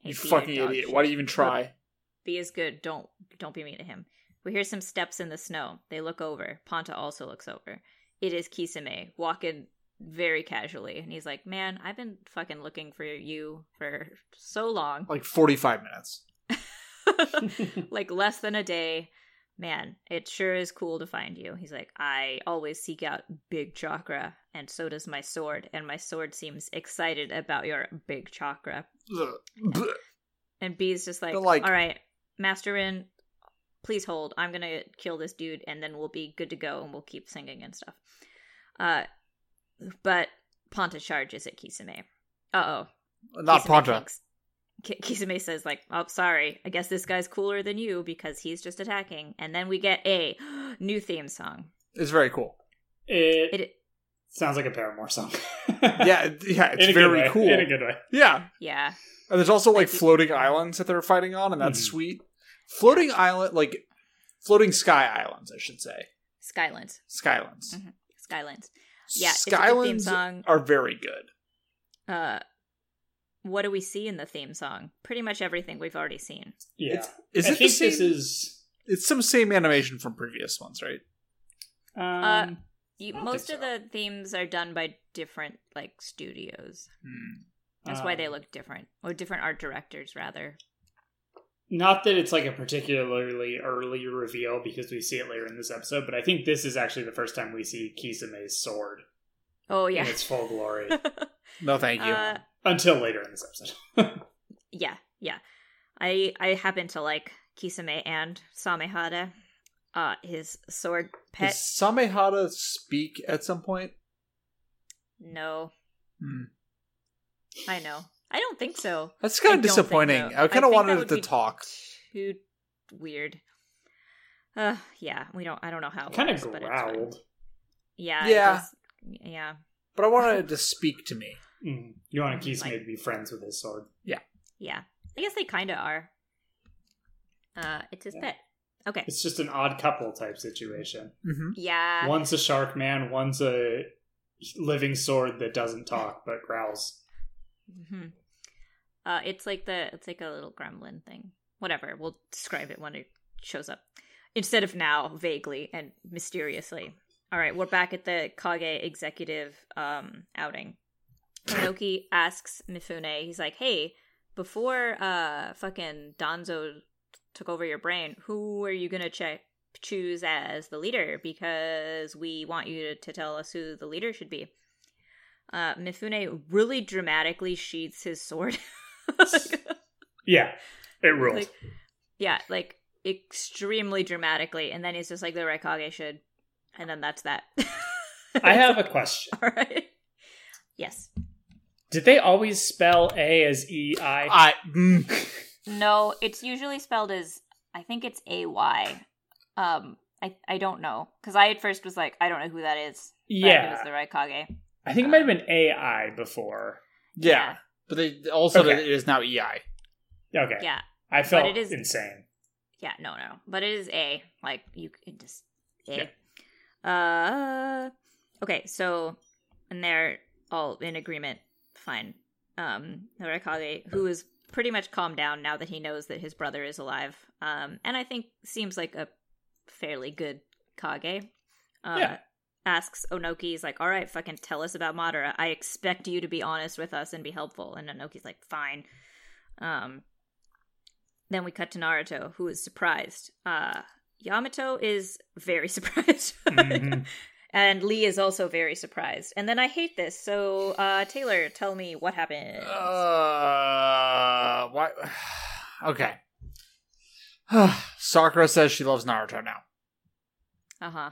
[SPEAKER 3] Hey,
[SPEAKER 1] You
[SPEAKER 3] B, you're
[SPEAKER 1] fucking
[SPEAKER 3] dog
[SPEAKER 1] idiot.
[SPEAKER 3] shit.
[SPEAKER 1] Why do you even try?
[SPEAKER 3] B is good. Don't don't be mean to him. We hear some steps in the snow. They look over. Ponta also looks over. It is Kisame walking very casually, and he's like, "Man, I've been fucking looking for you for so long,
[SPEAKER 1] Like 45 minutes.
[SPEAKER 3] like less than a day. Man, it sure is cool to find you." He's like, "I always seek out big chakra, and so does my sword, and my sword seems excited about your big chakra."
[SPEAKER 1] Ugh. Blech.
[SPEAKER 3] And B's just like,
[SPEAKER 1] But, like-
[SPEAKER 3] all right, Master Rin, please hold. I'm gonna kill this dude, and then we'll be good to go, and we'll keep singing and stuff. Uh, but Ponta charges at Kisame. Uh oh,
[SPEAKER 1] Not Ponta.
[SPEAKER 3] Kisame says like, "Oh, sorry. I guess this guy's cooler than you because he's just attacking." And then we get a new theme song.
[SPEAKER 1] It's very cool.
[SPEAKER 2] It,
[SPEAKER 3] It,
[SPEAKER 2] sounds like a Paramore song.
[SPEAKER 1] Yeah, it- yeah,
[SPEAKER 2] In a
[SPEAKER 1] it's
[SPEAKER 2] good
[SPEAKER 1] very
[SPEAKER 2] way,
[SPEAKER 1] cool.
[SPEAKER 2] In a good way.
[SPEAKER 1] Yeah.
[SPEAKER 3] yeah,
[SPEAKER 1] And there's also like
[SPEAKER 3] Like you-
[SPEAKER 1] floating islands that they're fighting on, and that's
[SPEAKER 2] Mhm.
[SPEAKER 1] sweet. Floating island, like floating sky islands, I should say.
[SPEAKER 3] Skylands,
[SPEAKER 1] Skylands.
[SPEAKER 3] Mhm. Skylands. Yeah, it's a good theme
[SPEAKER 1] Skylands
[SPEAKER 3] song.
[SPEAKER 1] are very good.
[SPEAKER 3] Uh, what do we see in the theme song? Pretty much everything we've already seen.
[SPEAKER 2] Yeah.
[SPEAKER 1] It's- Is
[SPEAKER 2] I
[SPEAKER 1] it the
[SPEAKER 2] think
[SPEAKER 1] same?
[SPEAKER 2] this is.
[SPEAKER 1] it's some same animation from previous ones, right?
[SPEAKER 2] Um,
[SPEAKER 3] You,
[SPEAKER 2] I don't
[SPEAKER 3] most
[SPEAKER 2] think
[SPEAKER 3] of
[SPEAKER 2] so.
[SPEAKER 3] the themes are done by different like
[SPEAKER 1] Hmm.
[SPEAKER 3] studios. That's why they
[SPEAKER 2] um,
[SPEAKER 1] Ah.
[SPEAKER 3] look different, or different art directors rather.
[SPEAKER 2] not that it's like a particularly early reveal because we see it later in this episode, but I think this is actually the first time we see Kisame's sword
[SPEAKER 3] Oh
[SPEAKER 2] in
[SPEAKER 3] yeah.
[SPEAKER 2] its full glory
[SPEAKER 1] No, thank you.
[SPEAKER 3] Uh,
[SPEAKER 2] until later in this episode.
[SPEAKER 3] yeah, yeah. I I happen to like Kisame and Samehada, uh, his sword pet.
[SPEAKER 1] Does Samehada speak at some point?
[SPEAKER 3] No,
[SPEAKER 1] Hmm.
[SPEAKER 3] I know. I don't think so.
[SPEAKER 1] That's kind
[SPEAKER 3] I don't
[SPEAKER 1] of
[SPEAKER 3] think
[SPEAKER 1] disappointing. I
[SPEAKER 3] so.
[SPEAKER 1] kind
[SPEAKER 3] I
[SPEAKER 1] of
[SPEAKER 3] think
[SPEAKER 1] wanted
[SPEAKER 3] that
[SPEAKER 1] it
[SPEAKER 3] would
[SPEAKER 1] to
[SPEAKER 3] be-
[SPEAKER 1] talk.
[SPEAKER 3] Too weird. Uh, yeah. We don't. I don't know how. it
[SPEAKER 2] kind of
[SPEAKER 3] works, but it's fine.
[SPEAKER 2] growled.
[SPEAKER 3] Yeah. it
[SPEAKER 1] Yeah.
[SPEAKER 3] does- Yeah.
[SPEAKER 1] But I wanted it to speak to me.
[SPEAKER 2] Mm. You want Kisame
[SPEAKER 3] Like-
[SPEAKER 2] to be friends with his sword.
[SPEAKER 3] Yeah. I guess they kind of are. Uh, it's his
[SPEAKER 2] Yeah.
[SPEAKER 3] pet. Okay.
[SPEAKER 2] It's just an odd couple type situation.
[SPEAKER 1] Mm-hmm.
[SPEAKER 3] Yeah.
[SPEAKER 2] one's a shark man, one's a living sword that doesn't talk but growls.
[SPEAKER 3] hmm Uh, it's like the it's like a little gremlin thing. Whatever, we'll describe it when it shows up instead of now, vaguely and mysteriously. All right, we're back at the Kage executive um, outing. Inoki asks Mifune, he's like, "Hey, before uh, fucking Danzo took over your brain, who are you gonna check?" choose as the leader because we want you to, to tell us who the leader should be uh, Mifune really dramatically sheathes his sword. Like,
[SPEAKER 2] Yeah, it ruled.
[SPEAKER 3] like- yeah, like extremely dramatically. And then he's just like, the Raikage should. And then that's that.
[SPEAKER 2] I have a question.
[SPEAKER 3] All right. Yes.
[SPEAKER 2] Did they always spell A as E I?
[SPEAKER 1] I mm,
[SPEAKER 3] No, it's usually spelled as, I think it's AY. Um, I, I don't know. Because I at first was like, I don't know who that is. but I knew
[SPEAKER 2] Yeah,
[SPEAKER 3] It was Uh. the Raikage.
[SPEAKER 2] I think it might have been A I before.
[SPEAKER 1] yeah.
[SPEAKER 3] Yeah.
[SPEAKER 1] But they also
[SPEAKER 2] Okay.
[SPEAKER 1] that it is now E EI.
[SPEAKER 2] Okay,
[SPEAKER 3] Yeah.
[SPEAKER 2] I felt
[SPEAKER 3] it is-
[SPEAKER 2] insane.
[SPEAKER 3] Yeah, no, no, but it is A. Like you can just A. Uh, okay, so and they're all in agreement. Fine. Um, Norikage, who is pretty much calmed down now that he knows that his brother is alive. Um, and I think seems like a fairly good Kage. Uh,
[SPEAKER 2] Yeah.
[SPEAKER 3] Asks Onoki, he's like, all right, fucking tell us about Madara. I expect you to be honest with us and be helpful. And Onoki's like, fine. Um, then we cut to Naruto, who is surprised. Uh, Yamato is very surprised.
[SPEAKER 2] Mhm.
[SPEAKER 3] And Lee is also very surprised. And then I hate this. So, uh, Taylor, tell me what happened.
[SPEAKER 1] Uh, why? Okay. Sakura says she loves Naruto now,
[SPEAKER 2] uh,
[SPEAKER 3] huh.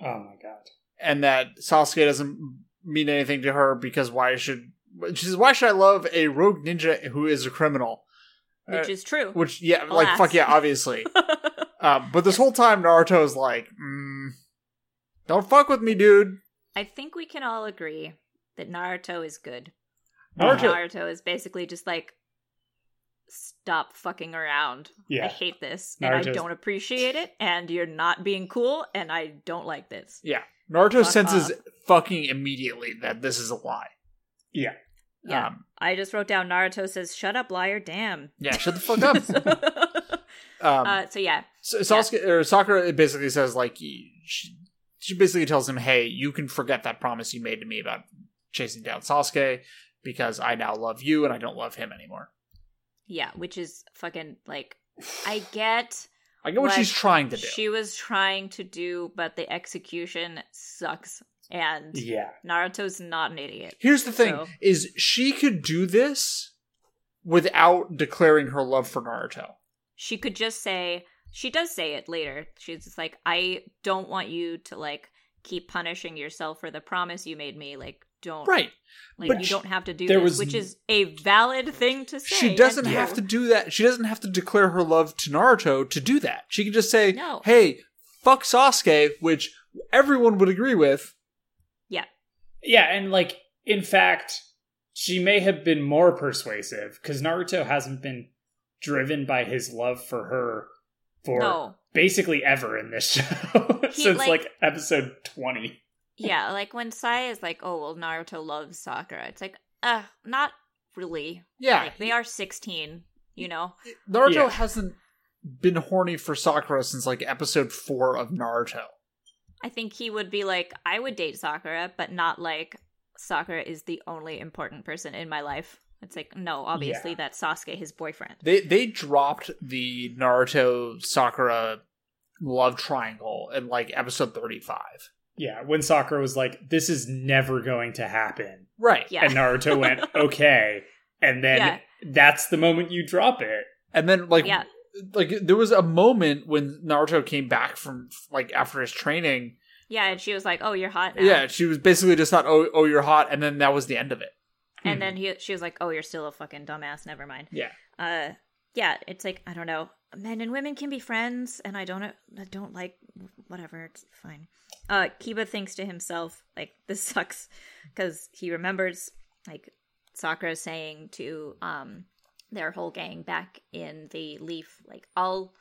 [SPEAKER 2] Oh my god.
[SPEAKER 1] and that Sasuke doesn't mean anything to her because why should she says why should I love a rogue ninja who is a criminal?
[SPEAKER 3] Which
[SPEAKER 1] Uh,
[SPEAKER 3] is true.
[SPEAKER 1] Which yeah, like
[SPEAKER 3] Alas.
[SPEAKER 1] fuck yeah, obviously. um, but this whole time Naruto is like, mm, don't fuck with me, dude.
[SPEAKER 3] I think we can all agree that Naruto is good.
[SPEAKER 1] Naruto-
[SPEAKER 3] Naruto is basically just like, stop fucking around. I
[SPEAKER 2] Yeah.
[SPEAKER 3] hate this. And I
[SPEAKER 2] Naruto's-
[SPEAKER 3] don't appreciate it. And you're not being cool. And I don't like this.
[SPEAKER 1] Yeah, Naruto
[SPEAKER 3] Fuck
[SPEAKER 1] senses
[SPEAKER 3] off.
[SPEAKER 1] fucking immediately that this is a lie.
[SPEAKER 2] Yeah.
[SPEAKER 3] Yeah.
[SPEAKER 1] um,
[SPEAKER 3] I just wrote down Naruto says, shut up, liar, damn.
[SPEAKER 1] yeah. Shut the fuck up. Um,
[SPEAKER 3] uh, so, yeah.
[SPEAKER 1] So, Sasuke or Sakura basically says like y- she, she basically tells him, "Hey, you can forget that promise you made to me about chasing down Sasuke because I now love you and I don't love him anymore."
[SPEAKER 3] Yeah, which is fucking like I get
[SPEAKER 1] I get what
[SPEAKER 3] Like,
[SPEAKER 1] she's trying to do.
[SPEAKER 3] she was trying to do, but the execution sucks. And
[SPEAKER 2] Yeah.
[SPEAKER 3] Naruto's not an idiot.
[SPEAKER 1] Here's the thing:
[SPEAKER 3] So-
[SPEAKER 1] is she could do this without declaring her love for Naruto.
[SPEAKER 3] She could just say she does say it later. She's just like, I don't want you to like keep punishing yourself for the promise you made me. Like, don't
[SPEAKER 1] Right.
[SPEAKER 3] like
[SPEAKER 1] but
[SPEAKER 3] you
[SPEAKER 1] she-
[SPEAKER 3] don't have to do
[SPEAKER 2] there
[SPEAKER 3] this,
[SPEAKER 2] was-
[SPEAKER 3] which is a valid thing to say.
[SPEAKER 1] She
[SPEAKER 3] and
[SPEAKER 1] doesn't
[SPEAKER 3] do.
[SPEAKER 1] have to do that. She doesn't have to declare her love to Naruto to do that. She can just say,
[SPEAKER 3] No.
[SPEAKER 1] "Hey, fuck Sasuke," which everyone would agree with.
[SPEAKER 2] Yeah, and like in fact, she may have been more persuasive because Naruto hasn't been driven by his love for her for
[SPEAKER 3] No.
[SPEAKER 2] basically ever in this show
[SPEAKER 3] He,
[SPEAKER 2] since
[SPEAKER 3] like-
[SPEAKER 2] like, episode twenty.
[SPEAKER 3] Yeah, like when Sai is like, "Oh well, Naruto loves Sakura." It's like, uh, not really.
[SPEAKER 1] Yeah,
[SPEAKER 3] Like, they are 16, you know?
[SPEAKER 1] Naruto
[SPEAKER 2] Yeah.
[SPEAKER 1] hasn't been horny for Sakura since like episode four of Naruto.
[SPEAKER 3] I think he would be like, I would date Sakura, but not like Sakura is the only important person in my life. It's like no, obviously that's Sasuke, his boyfriend.
[SPEAKER 1] They they dropped the Naruto Sakura love triangle in like episode thirty five.
[SPEAKER 2] Yeah, when Sakura was like, "This is never going to happen,"
[SPEAKER 1] Right.
[SPEAKER 3] Yeah,
[SPEAKER 2] and Naruto went, "Okay," and then
[SPEAKER 3] Yeah.
[SPEAKER 2] that's the moment you drop it.
[SPEAKER 1] And then like
[SPEAKER 3] yeah,
[SPEAKER 1] like there was a moment when Naruto came back from like after his training.
[SPEAKER 3] yeah. And she was like, "Oh, you're hot now."
[SPEAKER 1] Yeah, she was basically just thought, oh, oh, you're hot, and then that was the end of it.
[SPEAKER 3] And then he, she was like, "Oh, you're still a fucking dumbass. Never mind."
[SPEAKER 1] Yeah.
[SPEAKER 3] Uh, yeah. It's like I don't know. Men and women can be friends, and I don't, I don't like whatever. It's fine. Uh, Kiba thinks to himself, like, this sucks, because he remembers like Sakura saying to um their whole gang back in the Leaf, like, I'll.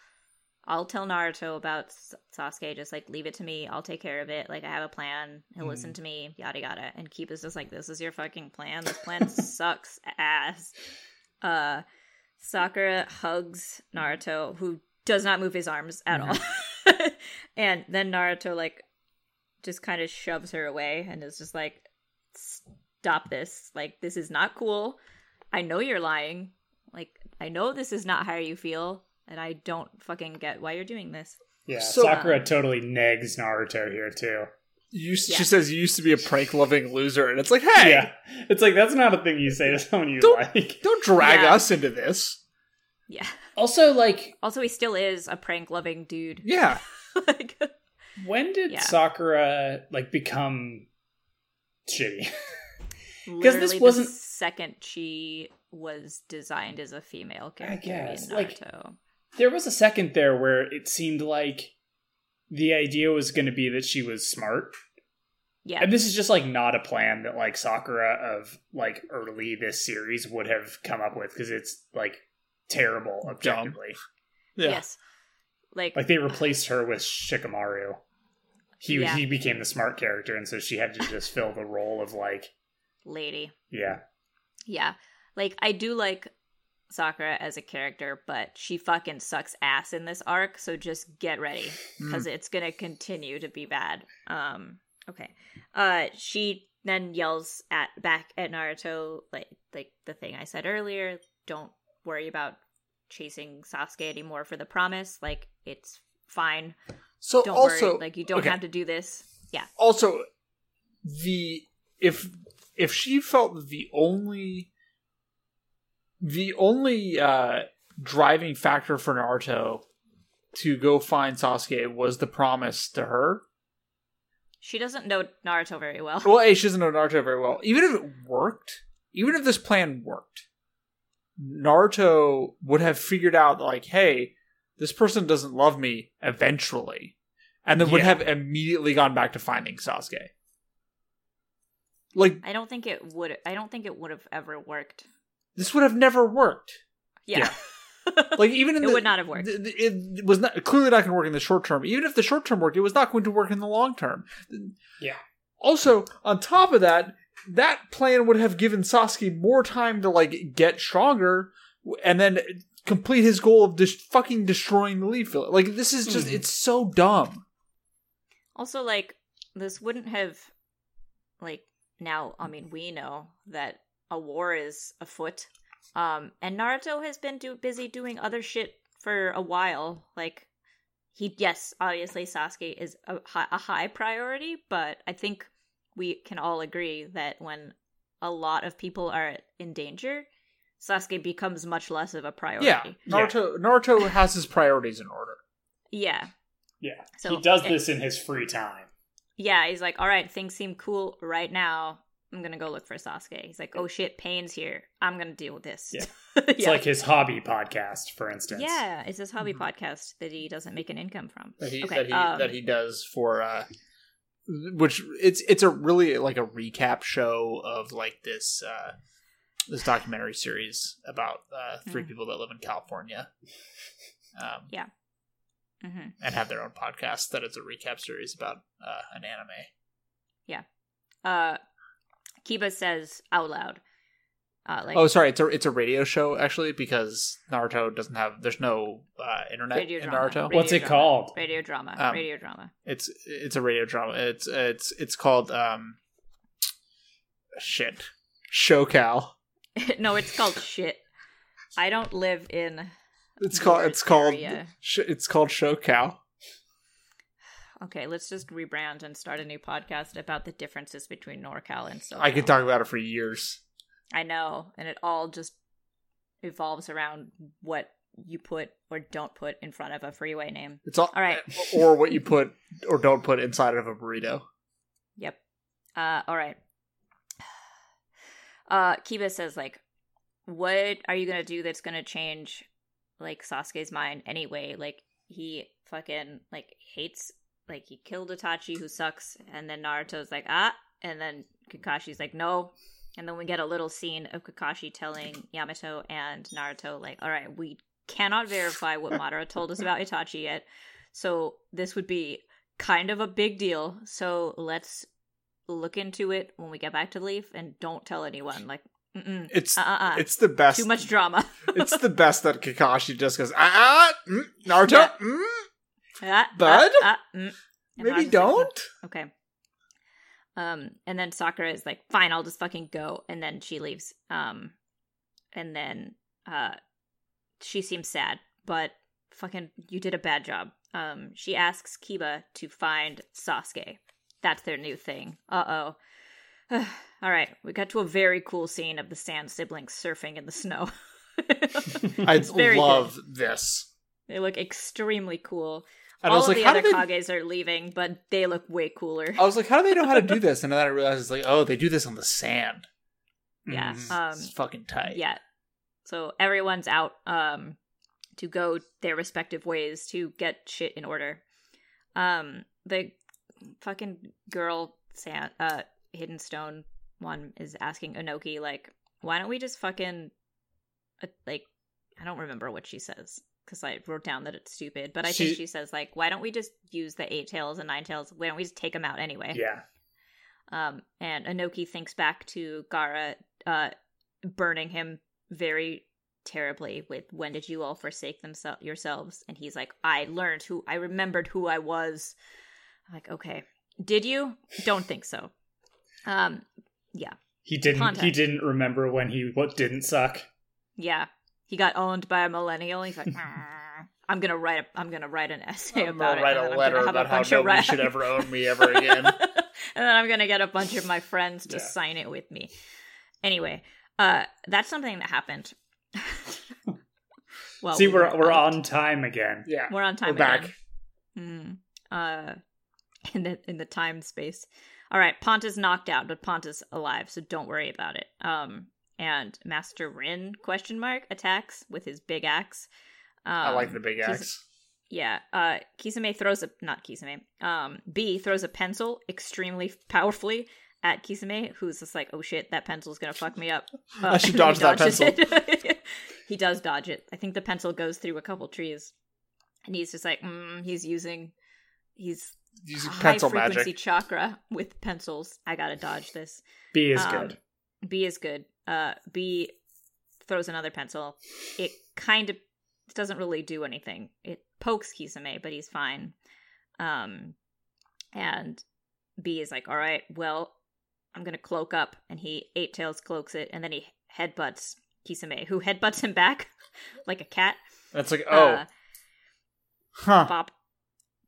[SPEAKER 3] I'll tell Naruto about S- Sasuke. Just like leave it to me. I'll take care of it. Like I have a plan. He'll
[SPEAKER 2] Mhm.
[SPEAKER 3] listen to me. Yada yada. And Kiba's just like, this is your fucking plan. This plan sucks ass. Uh, Sakura hugs Naruto, who does not move his arms at all. and then Naruto like just kind of shoves her away and is just like, stop this. Like this is not cool. I know you're lying. Like I know this is not how you feel, and I don't fucking get why you're doing this.
[SPEAKER 2] Yeah,
[SPEAKER 1] So-
[SPEAKER 3] um,
[SPEAKER 2] Sakura totally negs Naruto here too.
[SPEAKER 1] You,
[SPEAKER 3] Yeah.
[SPEAKER 1] She says you used to be a prank loving loser, and it's like, hey,
[SPEAKER 2] Yeah, it's like that's not a thing you say to someone you
[SPEAKER 1] Don't-
[SPEAKER 2] like.
[SPEAKER 1] don't drag
[SPEAKER 3] Yeah.
[SPEAKER 1] us into this.
[SPEAKER 3] Yeah.
[SPEAKER 2] Also, like,
[SPEAKER 3] Also, he still is a prank loving dude.
[SPEAKER 1] Yeah,
[SPEAKER 3] like,
[SPEAKER 2] when did
[SPEAKER 3] Yeah.
[SPEAKER 2] Sakura like become shitty?
[SPEAKER 3] because
[SPEAKER 2] this wasn't-
[SPEAKER 3] the second she was designed as a female character
[SPEAKER 2] guess,
[SPEAKER 3] in
[SPEAKER 2] like-
[SPEAKER 3] Naruto.
[SPEAKER 2] there was a second there where it seemed like the idea was going to be that she was smart
[SPEAKER 3] yeah,
[SPEAKER 2] and this is just like not a plan that like sakura of like early this series would have come up with because it's like terrible objectively
[SPEAKER 1] yeah.
[SPEAKER 3] yes, like,
[SPEAKER 2] like they replaced her with shikamaru he
[SPEAKER 3] Yeah.
[SPEAKER 2] he became the smart character and so she had to just fill the role of like
[SPEAKER 3] lady.
[SPEAKER 2] yeah
[SPEAKER 3] Yeah, like I do like Sakura as a character, but she fucking sucks ass in this arc. So just get ready.
[SPEAKER 1] Mm.
[SPEAKER 3] because it's going to continue to be bad. Um, okay. Uh, she then yells at back at Naruto like like the thing I said earlier. Don't worry about chasing Sasuke anymore for the promise. Like it's fine.
[SPEAKER 1] So
[SPEAKER 3] Don't
[SPEAKER 1] Oh, also,
[SPEAKER 3] worry. Like you don't
[SPEAKER 1] okay.
[SPEAKER 3] have to do this. Yeah.
[SPEAKER 1] also the if if she felt that the only the only uh driving factor for Naruto to go find Sasuke was the promise to her.
[SPEAKER 3] She doesn't know Naruto very well.
[SPEAKER 1] Well, A, she doesn't know Naruto very well. Even if it worked, even if this plan worked, Naruto would have figured out like, hey, this person doesn't love me eventually. And then would
[SPEAKER 2] Yeah.
[SPEAKER 1] have immediately gone back to finding Sasuke. Like
[SPEAKER 3] I don't think it would I don't think it would have ever worked.
[SPEAKER 1] this would have never worked.
[SPEAKER 3] Yeah.
[SPEAKER 1] Like even in
[SPEAKER 3] It
[SPEAKER 1] the,
[SPEAKER 3] would not have worked.
[SPEAKER 1] th- th- it was not clearly not going to work in the short term. Even if the short term worked, it was not going to work in the long term.
[SPEAKER 2] Yeah.
[SPEAKER 1] Also, on top of that, that plan would have given Sasuke more time to like get stronger w- and then complete his goal of just fucking destroying the leaf village. Like this is just
[SPEAKER 2] Mhm.
[SPEAKER 1] it's so dumb.
[SPEAKER 3] Also, like, this wouldn't have, like, now, I mean, we know that a war is afoot. Um, and Naruto has been do- busy doing other shit for a while. Like, he, yes, obviously Sasuke is a, hi- a high priority, but I think we can all agree that when a lot of people are in danger, Sasuke becomes much less of a priority.
[SPEAKER 2] Yeah.
[SPEAKER 1] Naruto Naruto has his priorities in order.
[SPEAKER 3] Yeah.
[SPEAKER 2] yeah
[SPEAKER 3] So
[SPEAKER 2] he does
[SPEAKER 3] it-
[SPEAKER 2] this in his free time
[SPEAKER 3] Yeah, he's like, all right, things seem cool right now. I'm gonna go look for Sasuke. He's like, oh shit, Pain's here. I'm gonna deal with this.
[SPEAKER 2] Yeah. it's
[SPEAKER 3] yeah.
[SPEAKER 2] like his hobby podcast for instance
[SPEAKER 3] yeah, it's his hobby podcast that he doesn't make an income from.
[SPEAKER 1] Mm-hmm. that he
[SPEAKER 3] Okay,
[SPEAKER 1] that he
[SPEAKER 3] um,
[SPEAKER 1] that he does for uh which it's it's a really like a recap show of like this uh this documentary series about uh three
[SPEAKER 3] Mm.
[SPEAKER 1] people that live in California um
[SPEAKER 3] hmm
[SPEAKER 1] and have their own podcast that it's a recap series about uh an anime
[SPEAKER 3] Uh, Kiba says out loud, uh, like,
[SPEAKER 1] oh sorry it's a it's a radio show actually because Naruto doesn't have there's no uh internet
[SPEAKER 3] radio
[SPEAKER 1] in
[SPEAKER 3] drama.
[SPEAKER 1] Naruto
[SPEAKER 3] radio
[SPEAKER 2] What's it
[SPEAKER 3] drama,
[SPEAKER 2] called?
[SPEAKER 3] Radio drama.
[SPEAKER 1] Um,
[SPEAKER 3] radio drama.
[SPEAKER 1] it's it's a radio drama it's it's it's called um shit Show Cal
[SPEAKER 3] no, it's called shit. I don't live in.
[SPEAKER 1] It's called it's called
[SPEAKER 3] Area.
[SPEAKER 1] sh- it's called show cow.
[SPEAKER 3] Okay, let's just rebrand and start a new podcast about the differences between NorCal and SoCal.
[SPEAKER 1] I could talk about it for years.
[SPEAKER 3] I know, and it all just evolves around what you put or don't put in front of a freeway name.
[SPEAKER 1] It's all,
[SPEAKER 3] All right.
[SPEAKER 1] or what you put or don't put inside of a burrito.
[SPEAKER 3] Yep. Uh, all right. Uh, Kiba says, like, what are you gonna do that's gonna change, like Sasuke's mind anyway? Like he fucking like hates, like he killed Itachi who sucks, and then Naruto's like ah, and then Kakashi's like no, and then we get a little scene of Kakashi telling Yamato and Naruto like, all right, we cannot verify what Madara told us about Itachi yet, so this would be kind of a big deal. So let's look into it when we get back to the Leaf and don't tell anyone. Like, mm
[SPEAKER 1] It's
[SPEAKER 3] uh uh uh.
[SPEAKER 1] it's the best.
[SPEAKER 3] Too much drama.
[SPEAKER 1] it's the best that Kakashi just goes ah, ah mm, Naruto.
[SPEAKER 3] Yeah.
[SPEAKER 1] Mm,
[SPEAKER 3] Ah,
[SPEAKER 1] Bud?
[SPEAKER 3] ah, ah, mm. And
[SPEAKER 1] maybe
[SPEAKER 3] Madara's
[SPEAKER 1] don't.
[SPEAKER 3] Like, okay. Um, and then Sakura is like, "Fine, I'll just fucking go," and then she leaves. Um, and then uh, she seems sad, but fucking, you did a bad job. Um, she asks Kiba to find Sasuke. That's their new thing. Uh oh. All right, we got to a very cool scene of the Sand siblings surfing in the snow.
[SPEAKER 1] I
[SPEAKER 3] It's very
[SPEAKER 1] love this.
[SPEAKER 3] they look extremely cool.
[SPEAKER 1] And I
[SPEAKER 3] All
[SPEAKER 1] was
[SPEAKER 3] of
[SPEAKER 1] like,
[SPEAKER 3] the
[SPEAKER 1] how
[SPEAKER 3] other
[SPEAKER 1] do they? Oh.
[SPEAKER 3] Kages are leaving, but they look way cooler.
[SPEAKER 1] I was like, how do they know how to do this? And then I realized it's like, oh, they do this on the sand.
[SPEAKER 3] Yeah.
[SPEAKER 1] Mm-hmm.
[SPEAKER 2] Mhm.
[SPEAKER 3] Um,
[SPEAKER 1] It's fucking tight.
[SPEAKER 3] yeah. So everyone's out um, to go their respective ways to get shit in order. Um, the fucking girl, San- uh, Hidden Stone one, is asking Inoki, like, why don't we just fucking, uh, like, I don't remember what she says because I wrote down that it's stupid, but I
[SPEAKER 1] She-
[SPEAKER 3] think she says, like, why don't we just use the eight tails and nine tails? Why don't we just take them out anyway?
[SPEAKER 2] yeah.
[SPEAKER 3] Um, and Inoki thinks back to Gara uh, burning him very terribly with "When did you all forsake themselves yourselves?" And he's like, "I learned who I remembered who I was." I'm like, okay, did you? Don't think so. Um,
[SPEAKER 2] He didn't. He
[SPEAKER 3] Context.
[SPEAKER 2] didn't remember when he what didn't suck.
[SPEAKER 3] yeah, he got owned by a millennial. He's like. "Ah, I'm gonna write a. I'm gonna write an essay
[SPEAKER 1] I'm
[SPEAKER 3] about
[SPEAKER 1] gonna
[SPEAKER 3] it.
[SPEAKER 1] write
[SPEAKER 3] and
[SPEAKER 1] a
[SPEAKER 3] then I'm
[SPEAKER 1] letter
[SPEAKER 3] gonna have
[SPEAKER 1] about how
[SPEAKER 3] bunch
[SPEAKER 1] nobody
[SPEAKER 3] of ri-
[SPEAKER 1] should ever own me ever again.
[SPEAKER 3] and then I'm gonna get a bunch of my friends to
[SPEAKER 2] Yeah.
[SPEAKER 3] sign it with me. Anyway, uh, that's something that happened. well,
[SPEAKER 2] See,
[SPEAKER 3] we
[SPEAKER 2] we're
[SPEAKER 3] were-
[SPEAKER 2] we're on time again.
[SPEAKER 1] yeah,
[SPEAKER 3] we're on time.
[SPEAKER 1] we're back.
[SPEAKER 3] again. Mm. Uh, in the in the time space. All right, Ponta's knocked out, but Ponta's alive, so don't worry about it. Um, and Master Rin question mark attacks with his big axe. Um,
[SPEAKER 1] I like the big
[SPEAKER 3] he's-
[SPEAKER 1] axe.
[SPEAKER 3] yeah, uh Kisame throws a not Kisame. Um B throws a pencil extremely powerfully at Kisame, who's just like, "Oh shit, that pencil's going to fuck me up." Uh,
[SPEAKER 1] I should
[SPEAKER 3] and
[SPEAKER 1] dodge
[SPEAKER 3] he
[SPEAKER 1] that
[SPEAKER 3] dodges
[SPEAKER 1] pencil.
[SPEAKER 3] it. he does dodge it. I think the pencil goes through a couple trees. And he's just like, mm, he's using he's
[SPEAKER 1] Using
[SPEAKER 3] high
[SPEAKER 1] pencil
[SPEAKER 3] frequency
[SPEAKER 1] magic.
[SPEAKER 3] chakra with pencils. I got to dodge this.
[SPEAKER 2] B is
[SPEAKER 3] Um,
[SPEAKER 2] good.
[SPEAKER 3] B is good. Uh, B throws another pencil. It kind of doesn't really do anything. It pokes Kisame, but he's fine. Um, and B is like, all right, well, I'm gonna cloak up, and he eight tails cloaks it, and then he headbutts Kisame, who headbutts him back like a cat.
[SPEAKER 1] And it's like, oh,
[SPEAKER 3] Uh,
[SPEAKER 1] huh?
[SPEAKER 3] bop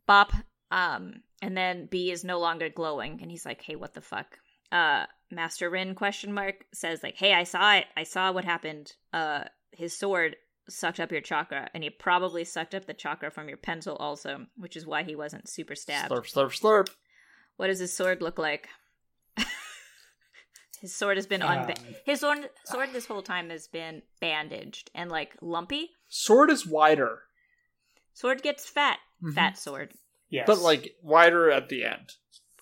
[SPEAKER 3] bop um and then b is no longer glowing and he's like hey what the fuck uh master rin question mark says like hey i saw it i saw what happened uh his sword sucked up your chakra and he probably sucked up the chakra from your pencil also which is why he wasn't super stabbed
[SPEAKER 1] Slurp, slurp, slurp.
[SPEAKER 3] what does his sword look like his sword has been on
[SPEAKER 2] Um,
[SPEAKER 3] his sword, sword this whole time has been bandaged and like lumpy
[SPEAKER 1] Sword is wider,
[SPEAKER 3] sword gets fat
[SPEAKER 1] Mhm.
[SPEAKER 2] Mm-hmm.
[SPEAKER 3] fat sword
[SPEAKER 2] yes.
[SPEAKER 1] but like wider at the end.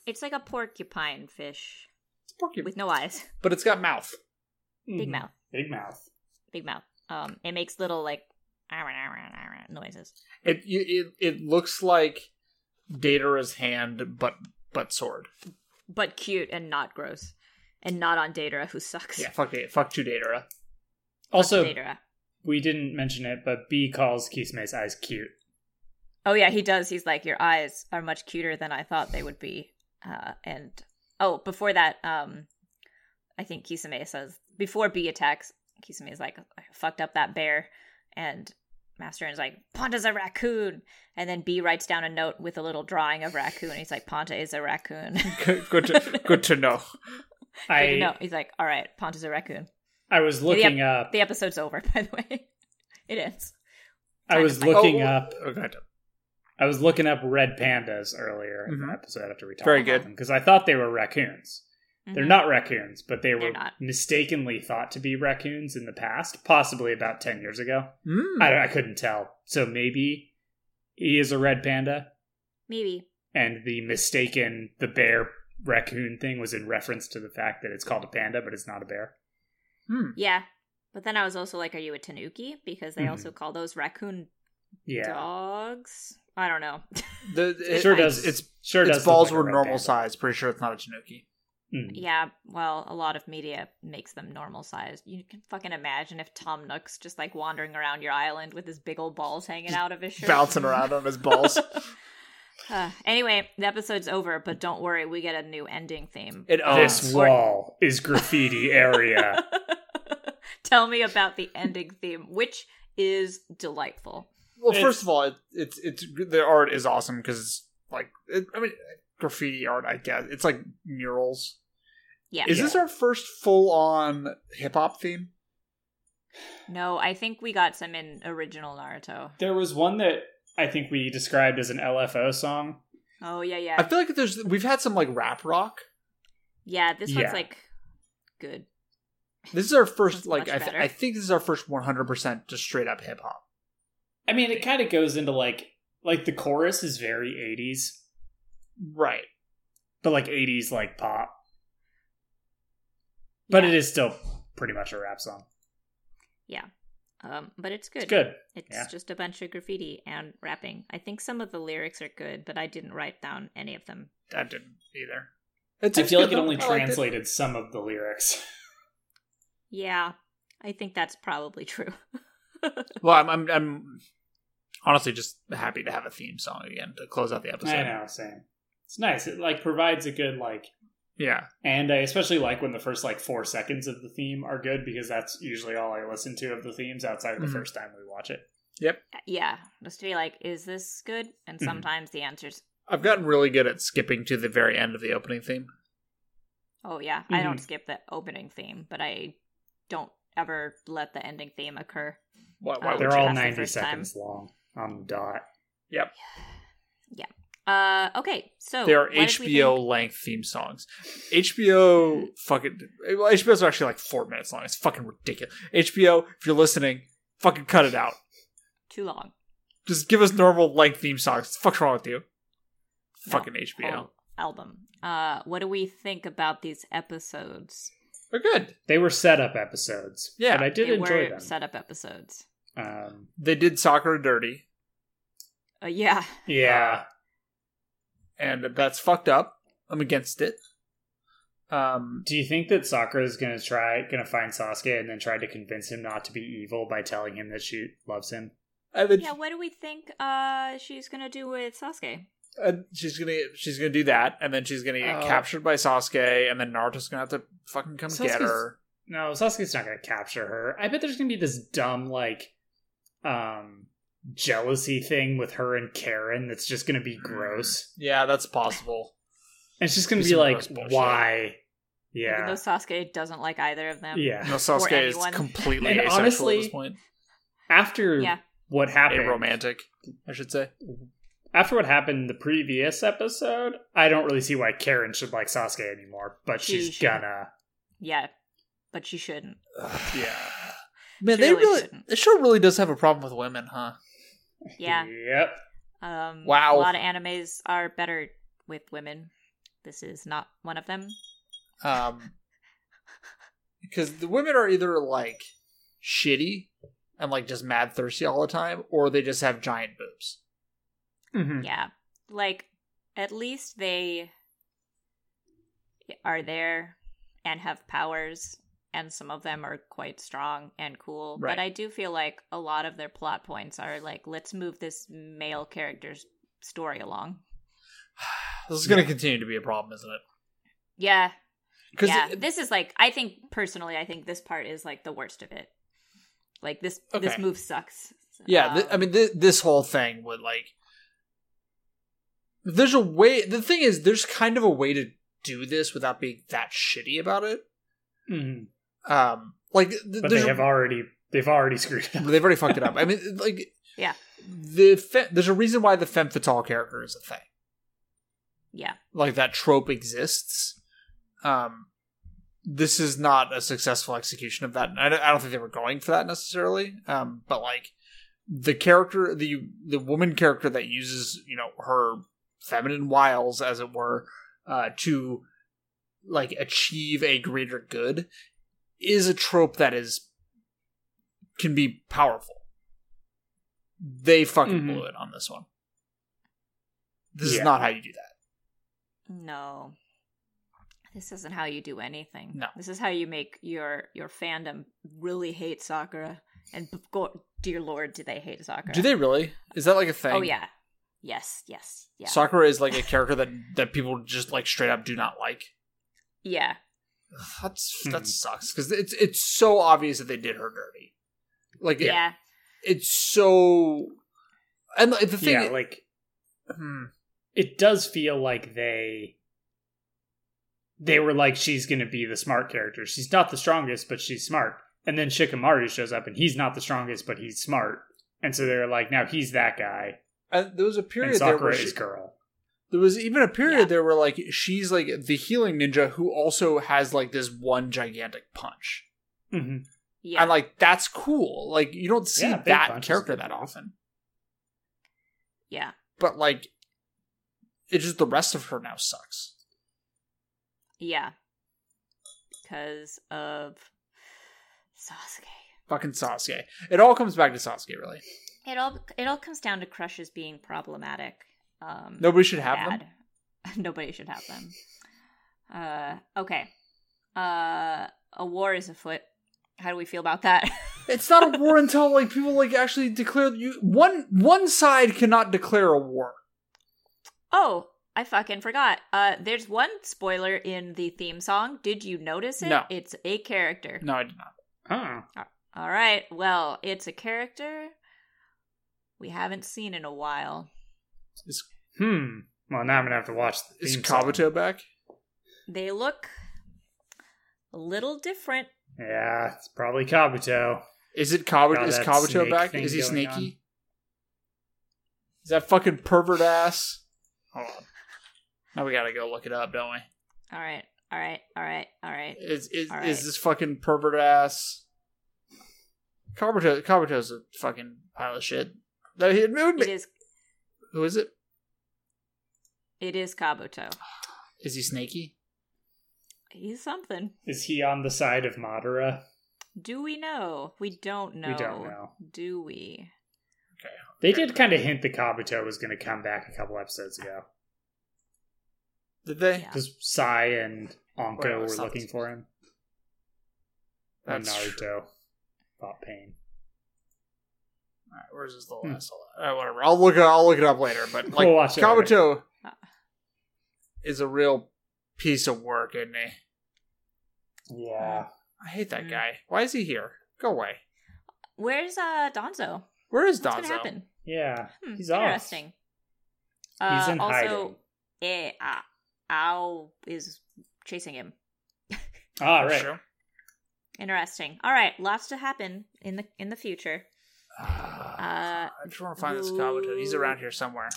[SPEAKER 3] It's like a porcupine fish
[SPEAKER 1] It's porcupine,
[SPEAKER 3] with no eyes,
[SPEAKER 1] but it's got mouth.
[SPEAKER 3] big
[SPEAKER 2] Mhm.
[SPEAKER 3] mouth,
[SPEAKER 2] Big mouth.
[SPEAKER 3] big mouth. Um, it makes little like noises.
[SPEAKER 1] It it it looks like Datara's hand, but but sword.
[SPEAKER 3] but cute and not gross, and not on Datara who sucks.
[SPEAKER 1] Yeah, fuck it, fuck two Datara.
[SPEAKER 2] Also,
[SPEAKER 3] Datara.
[SPEAKER 2] we didn't mention it, but B calls Kisame's eyes cute.
[SPEAKER 3] Oh yeah, he does. He's like, your eyes are much cuter than I thought they would be. Uh, and oh, before that, um, I think Kisame says before B attacks, Kisame is like, I fucked up that bear. And Master is like, Ponta's a raccoon. And then B writes down a note with a little drawing of raccoon. He's like, Ponta is a raccoon.
[SPEAKER 1] Good, good, to, good to know.
[SPEAKER 2] I
[SPEAKER 3] no, he's like, all right, Ponta's a raccoon.
[SPEAKER 2] I was looking up.
[SPEAKER 3] The episode's over, by the way. It is.
[SPEAKER 2] I was
[SPEAKER 3] kind of-
[SPEAKER 2] looking
[SPEAKER 1] Oh,
[SPEAKER 2] up.
[SPEAKER 1] oh, God.
[SPEAKER 2] I was looking up red pandas earlier in the
[SPEAKER 1] Mhm.
[SPEAKER 2] episode after we talked.
[SPEAKER 1] Very
[SPEAKER 3] good.
[SPEAKER 2] because I thought they were raccoons. They're
[SPEAKER 3] Mhm.
[SPEAKER 2] not raccoons, but they
[SPEAKER 3] They're
[SPEAKER 2] were
[SPEAKER 3] not.
[SPEAKER 2] mistakenly thought to be raccoons in the past, possibly about 10 years ago.
[SPEAKER 1] Mm.
[SPEAKER 3] Hmm.
[SPEAKER 2] I, I couldn't tell. So maybe he is a red panda,
[SPEAKER 3] Maybe.
[SPEAKER 2] and the mistaken, the bear raccoon thing was in reference to the fact that it's called a panda, but it's not a bear.
[SPEAKER 1] Hmm.
[SPEAKER 3] Yeah. But then I was also like, are you a tanuki? Because they
[SPEAKER 2] Mhm.
[SPEAKER 3] also call those raccoon
[SPEAKER 2] Yeah.
[SPEAKER 3] dogs. I don't know.
[SPEAKER 1] The,
[SPEAKER 2] It
[SPEAKER 1] it,
[SPEAKER 2] sure does.
[SPEAKER 1] It's,
[SPEAKER 2] It's sure does.
[SPEAKER 1] its
[SPEAKER 2] look
[SPEAKER 1] balls
[SPEAKER 2] like a
[SPEAKER 1] were
[SPEAKER 2] red
[SPEAKER 1] normal
[SPEAKER 2] panda.
[SPEAKER 1] size. Pretty sure it's not a Tanuki.
[SPEAKER 2] Mm.
[SPEAKER 3] Yeah, well, a lot of media makes them normal sized. You can fucking imagine if Tom Nook's just like wandering around your island with his big old balls hanging out of his shirt,
[SPEAKER 1] Bouncing around on his balls.
[SPEAKER 3] Uh, anyway, the episode's over, but don't worry, we get a new ending theme.
[SPEAKER 1] It owns.
[SPEAKER 2] This
[SPEAKER 3] Or-
[SPEAKER 2] wall is graffiti area.
[SPEAKER 3] Tell me about the ending theme, which is delightful.
[SPEAKER 1] Well,
[SPEAKER 2] It's-
[SPEAKER 1] first of all, it, it's it's the art is awesome because it's like it, I mean, graffiti art. I guess it's like murals.
[SPEAKER 3] Yeah.
[SPEAKER 1] Is this our first full on hip hop theme?
[SPEAKER 3] no, I think we got some in original Naruto.
[SPEAKER 2] there was one that I think we described as an LFO song.
[SPEAKER 3] Oh yeah, yeah,
[SPEAKER 1] I feel like there's we've had some like rap rock.
[SPEAKER 3] yeah. This
[SPEAKER 2] Yeah.
[SPEAKER 3] one's like good.
[SPEAKER 1] This is our first
[SPEAKER 3] That's
[SPEAKER 1] like
[SPEAKER 3] much
[SPEAKER 1] I, th-
[SPEAKER 3] better.
[SPEAKER 1] I think this is our first 100 percent just straight up hip hop.
[SPEAKER 2] I mean, it kind of goes into like like the chorus is very 80s,
[SPEAKER 1] Right.
[SPEAKER 2] but like 80s like pop. But
[SPEAKER 3] Yeah.
[SPEAKER 2] it is still pretty much a rap song.
[SPEAKER 3] Um, but it's good.
[SPEAKER 2] It's good.
[SPEAKER 3] It's
[SPEAKER 2] Yeah.
[SPEAKER 3] just a bunch of graffiti and rapping. I think some of the lyrics are good, but I didn't write down any of them.
[SPEAKER 1] That didn't either. It's
[SPEAKER 2] I feel like it only
[SPEAKER 1] I liked
[SPEAKER 2] translated some of the lyrics.
[SPEAKER 3] Yeah, I think that's probably true.
[SPEAKER 1] Well, I'm, I'm I'm honestly just happy to have a theme song again to close out the episode.
[SPEAKER 2] I know, same. It's nice. It like provides a good like
[SPEAKER 1] Yeah.
[SPEAKER 2] and I especially like when the first like four seconds of the theme are good because that's usually all I listen to of the themes outside of the
[SPEAKER 3] Mm-hmm.
[SPEAKER 1] Mhm.
[SPEAKER 2] first time we watch it.
[SPEAKER 3] yeah, just to be like, is this good? And
[SPEAKER 2] Mhm.
[SPEAKER 3] sometimes the answer's,
[SPEAKER 1] I've gotten really good at skipping to the very end of the opening theme.
[SPEAKER 3] oh yeah, I
[SPEAKER 2] Mm-hmm.
[SPEAKER 3] don't skip the opening theme, but I don't ever let the ending theme occur.
[SPEAKER 1] Why,
[SPEAKER 3] why Oh, would
[SPEAKER 2] They're
[SPEAKER 3] you
[SPEAKER 2] all
[SPEAKER 3] ask the
[SPEAKER 2] ninety
[SPEAKER 3] first time?
[SPEAKER 2] seconds long on the dot.
[SPEAKER 3] Uh, okay, so
[SPEAKER 1] They are
[SPEAKER 3] what did we
[SPEAKER 1] HBO
[SPEAKER 3] think?
[SPEAKER 1] length theme songs. HBO fucking well, HBO's are actually like four minutes long. It's fucking ridiculous. HBO, if you're listening, fucking cut it out.
[SPEAKER 3] Too long.
[SPEAKER 1] Just give us normal length theme songs. The fuck's wrong with you?
[SPEAKER 3] No,
[SPEAKER 1] Fucking HBO.
[SPEAKER 3] whole Oh, album. Uh, what do we think about these episodes?
[SPEAKER 1] They're good.
[SPEAKER 2] They were setup episodes.
[SPEAKER 1] Yeah.
[SPEAKER 2] But I did
[SPEAKER 3] They
[SPEAKER 2] enjoy
[SPEAKER 3] were
[SPEAKER 2] them.
[SPEAKER 3] setup episodes.
[SPEAKER 2] um,
[SPEAKER 1] They did soccer dirty,
[SPEAKER 3] Uh, yeah.
[SPEAKER 2] yeah.
[SPEAKER 1] and that's fucked up. I'm against it. Um,
[SPEAKER 2] Do you think that Sakura is gonna try gonna find Sasuke and then try to convince him not to be evil by telling him that she loves him?
[SPEAKER 1] and then
[SPEAKER 3] Yeah, what do we think uh she's gonna do with Sasuke?
[SPEAKER 1] and she's gonna she's gonna do that, and then she's gonna get
[SPEAKER 2] Oh.
[SPEAKER 1] captured by Sasuke, and then Naruto's gonna have to fucking come get
[SPEAKER 2] Sasuke's-
[SPEAKER 1] her.
[SPEAKER 2] No, Sasuke's not gonna capture her. I bet there's gonna be this dumb like um jealousy thing with her and Karen that's just gonna
[SPEAKER 1] Hmm.
[SPEAKER 2] be gross.
[SPEAKER 1] Yeah, that's possible.
[SPEAKER 2] And it's just gonna
[SPEAKER 1] Be
[SPEAKER 2] be
[SPEAKER 1] some
[SPEAKER 2] like
[SPEAKER 1] gross bullshit.
[SPEAKER 2] why?
[SPEAKER 3] Even though
[SPEAKER 2] Yeah.
[SPEAKER 3] Sasuke doesn't like either of them.
[SPEAKER 1] No,
[SPEAKER 2] Yeah.
[SPEAKER 3] Or
[SPEAKER 1] Sasuke is
[SPEAKER 3] anyone.
[SPEAKER 1] completely
[SPEAKER 2] And
[SPEAKER 1] asexual
[SPEAKER 2] honestly,
[SPEAKER 1] at this point.
[SPEAKER 2] After
[SPEAKER 3] Yeah.
[SPEAKER 2] what happened
[SPEAKER 1] Aromantic, I should say.
[SPEAKER 2] after what happened in the previous episode, I don't really see why Karen should like Sasuke anymore, but
[SPEAKER 3] She
[SPEAKER 2] she's
[SPEAKER 3] should.
[SPEAKER 2] gonna
[SPEAKER 3] Yeah. But she shouldn't.
[SPEAKER 1] yeah. Man,
[SPEAKER 3] She
[SPEAKER 1] they
[SPEAKER 3] really
[SPEAKER 1] really,
[SPEAKER 3] shouldn't.
[SPEAKER 1] the show really does have a problem with women, huh?
[SPEAKER 3] Yeah.
[SPEAKER 2] Yep.
[SPEAKER 3] Um
[SPEAKER 1] Wow.
[SPEAKER 3] a lot of animes are better with women. This is not one of them.
[SPEAKER 1] Um, because the women are either like shitty and like just mad thirsty all the time, or they just have giant boobs. Mm-hmm.
[SPEAKER 2] Mhm.
[SPEAKER 3] Yeah. Like at least they are there and have powers and some of them are quite strong and cool.
[SPEAKER 1] Right.
[SPEAKER 3] But I do feel like a lot of their plot points are like let's move this male character's story along.
[SPEAKER 1] This is going to continue to be a problem, isn't it?
[SPEAKER 3] Yeah.
[SPEAKER 1] 'Cause
[SPEAKER 3] yeah,
[SPEAKER 1] it-
[SPEAKER 3] this is like I think personally, I think this part is like the worst of it. Like this, this
[SPEAKER 1] Okay.
[SPEAKER 3] move sucks.
[SPEAKER 1] Yeah, th- I
[SPEAKER 3] Um,
[SPEAKER 1] mean, th- this whole thing would like. There's a way. The thing is, there's kind of a way to do this without being that shitty about it.
[SPEAKER 2] Mhm.
[SPEAKER 1] Um, like, th-
[SPEAKER 2] But
[SPEAKER 1] there's
[SPEAKER 2] they
[SPEAKER 1] a-
[SPEAKER 2] have already they've already screwed it up.
[SPEAKER 1] they've already fucked it up. I mean, like,
[SPEAKER 3] Yeah.
[SPEAKER 1] The fe- there's a reason why the femme fatale character is a thing.
[SPEAKER 3] yeah,
[SPEAKER 1] Like that trope exists. Um, this is not a successful execution of that. I don't, I don't think they were going for that necessarily. Um, but like the character, the the woman character that uses you know her feminine wiles, as it were, uh, to like achieve a greater good, is a trope that is can be powerful. They fucking
[SPEAKER 2] Mhm.
[SPEAKER 1] blew it on this one. This
[SPEAKER 2] Yeah.
[SPEAKER 1] is not how you do that.
[SPEAKER 3] no, this isn't how you do anything.
[SPEAKER 1] No.
[SPEAKER 3] this is how you make your your fandom really hate Sakura. And b- go, dear lord, do they hate Sakura?
[SPEAKER 1] Do they really? Is that like a thing?
[SPEAKER 3] Oh yeah, yes, yes, yeah,
[SPEAKER 1] Sakura is like a character that that people just like straight up do not like.
[SPEAKER 3] yeah.
[SPEAKER 1] Ugh, That's
[SPEAKER 2] Hmm.
[SPEAKER 1] that sucks because it's it's so obvious that they did her dirty. Like it-
[SPEAKER 3] yeah,
[SPEAKER 1] it's so, and like, the thing,
[SPEAKER 2] Yeah, like
[SPEAKER 1] Hmm.
[SPEAKER 2] it does feel like they they were like she's going to be the smart character. She's not the strongest, but she's smart. And then Shikamaru shows up and he's not the strongest, but he's smart. And so they're like now he's that guy
[SPEAKER 1] and uh, there was a
[SPEAKER 2] and
[SPEAKER 1] period there where
[SPEAKER 2] Sakura
[SPEAKER 1] she,
[SPEAKER 2] is girl.
[SPEAKER 1] there was even a period
[SPEAKER 3] Yeah.
[SPEAKER 1] there where like she's like the healing ninja who also has like this one gigantic punch,
[SPEAKER 2] hmm
[SPEAKER 3] yeah.
[SPEAKER 1] and like that's cool. Like you don't see
[SPEAKER 2] Yeah, big
[SPEAKER 1] that
[SPEAKER 2] punches.
[SPEAKER 1] character that often.
[SPEAKER 3] Yeah.
[SPEAKER 1] but like it's just the rest of her now sucks
[SPEAKER 3] Yeah. Because of Sasuke.
[SPEAKER 1] fucking sasuke it all comes back to sasuke really
[SPEAKER 3] It all it all comes down to crushes being problematic. Um
[SPEAKER 1] nobody should have them
[SPEAKER 3] bad. Nobody should have them. Uh okay. Uh a war is afoot. How do we feel about that?
[SPEAKER 1] it's not a war until like people like actually declare that you one one side cannot declare a war
[SPEAKER 3] oh, I fucking forgot. Uh there's one spoiler in the theme song. Did you notice it?
[SPEAKER 1] No.
[SPEAKER 3] It's a character.
[SPEAKER 1] no i did not
[SPEAKER 2] Oh.
[SPEAKER 3] All right. Well, it's a character we haven't seen in a while.
[SPEAKER 1] is,
[SPEAKER 2] Hmm. Well, now I'm gonna have to watch. The
[SPEAKER 1] is
[SPEAKER 2] theme song.
[SPEAKER 1] kabuto back
[SPEAKER 3] They look a little different.
[SPEAKER 2] Yeah, it's probably Kabuto.
[SPEAKER 1] is it kabuto
[SPEAKER 2] Got
[SPEAKER 1] is
[SPEAKER 2] that
[SPEAKER 1] kabuto
[SPEAKER 2] snake
[SPEAKER 1] back
[SPEAKER 2] thing
[SPEAKER 1] is he
[SPEAKER 2] going
[SPEAKER 1] snaky
[SPEAKER 2] on.
[SPEAKER 1] is that fucking pervert ass hold on now we gotta go look it up don't we
[SPEAKER 3] All right, all right, all right, all right.
[SPEAKER 1] Is is,
[SPEAKER 3] All right.
[SPEAKER 1] is this fucking pervert ass? Kabuto Kabuto's a fucking pile of shit. That he- it would
[SPEAKER 3] It
[SPEAKER 1] be-
[SPEAKER 3] is
[SPEAKER 1] Who is it?
[SPEAKER 3] it is Kabuto.
[SPEAKER 1] Is he snaky?
[SPEAKER 3] He's something.
[SPEAKER 2] Is he on the side of Madara?
[SPEAKER 3] Do we know? We don't know.
[SPEAKER 2] We don't know.
[SPEAKER 3] Do we?
[SPEAKER 2] They did kind of hint that Kabuto was going to come back a couple episodes ago
[SPEAKER 1] Did they?
[SPEAKER 3] Yeah.
[SPEAKER 2] because Sai and Onko
[SPEAKER 1] Wait, I
[SPEAKER 2] were
[SPEAKER 1] was not-
[SPEAKER 2] looking for him. And
[SPEAKER 1] That's
[SPEAKER 2] Naruto
[SPEAKER 1] true.
[SPEAKER 2] fought Pain.
[SPEAKER 1] All right, where's his little
[SPEAKER 2] Hmm.
[SPEAKER 1] asshole? All right, whatever. I'll look it. I'll look it up later. But like
[SPEAKER 2] We'll watch it later.
[SPEAKER 1] Kabuto
[SPEAKER 3] Ah.
[SPEAKER 1] is a real piece of work, isn't he?
[SPEAKER 2] Yeah,
[SPEAKER 1] I hate that
[SPEAKER 3] Hmm.
[SPEAKER 1] guy. Why is he here? Go away.
[SPEAKER 3] Where's uh Donzo?
[SPEAKER 1] Where is
[SPEAKER 3] What's
[SPEAKER 1] Donzo?
[SPEAKER 3] gonna happen?
[SPEAKER 2] yeah.
[SPEAKER 3] Hmm,
[SPEAKER 2] He's off.
[SPEAKER 3] interesting. Uh,
[SPEAKER 2] He's in
[SPEAKER 3] also,
[SPEAKER 2] hiding.
[SPEAKER 3] eh, ah, Ow is chasing him.
[SPEAKER 2] All
[SPEAKER 1] For
[SPEAKER 2] right.
[SPEAKER 1] sure.
[SPEAKER 3] Interesting. All right, lots to happen in the in the future.
[SPEAKER 1] Ah,
[SPEAKER 3] Uh,
[SPEAKER 1] I just want to find this Kabuto. He's around here somewhere.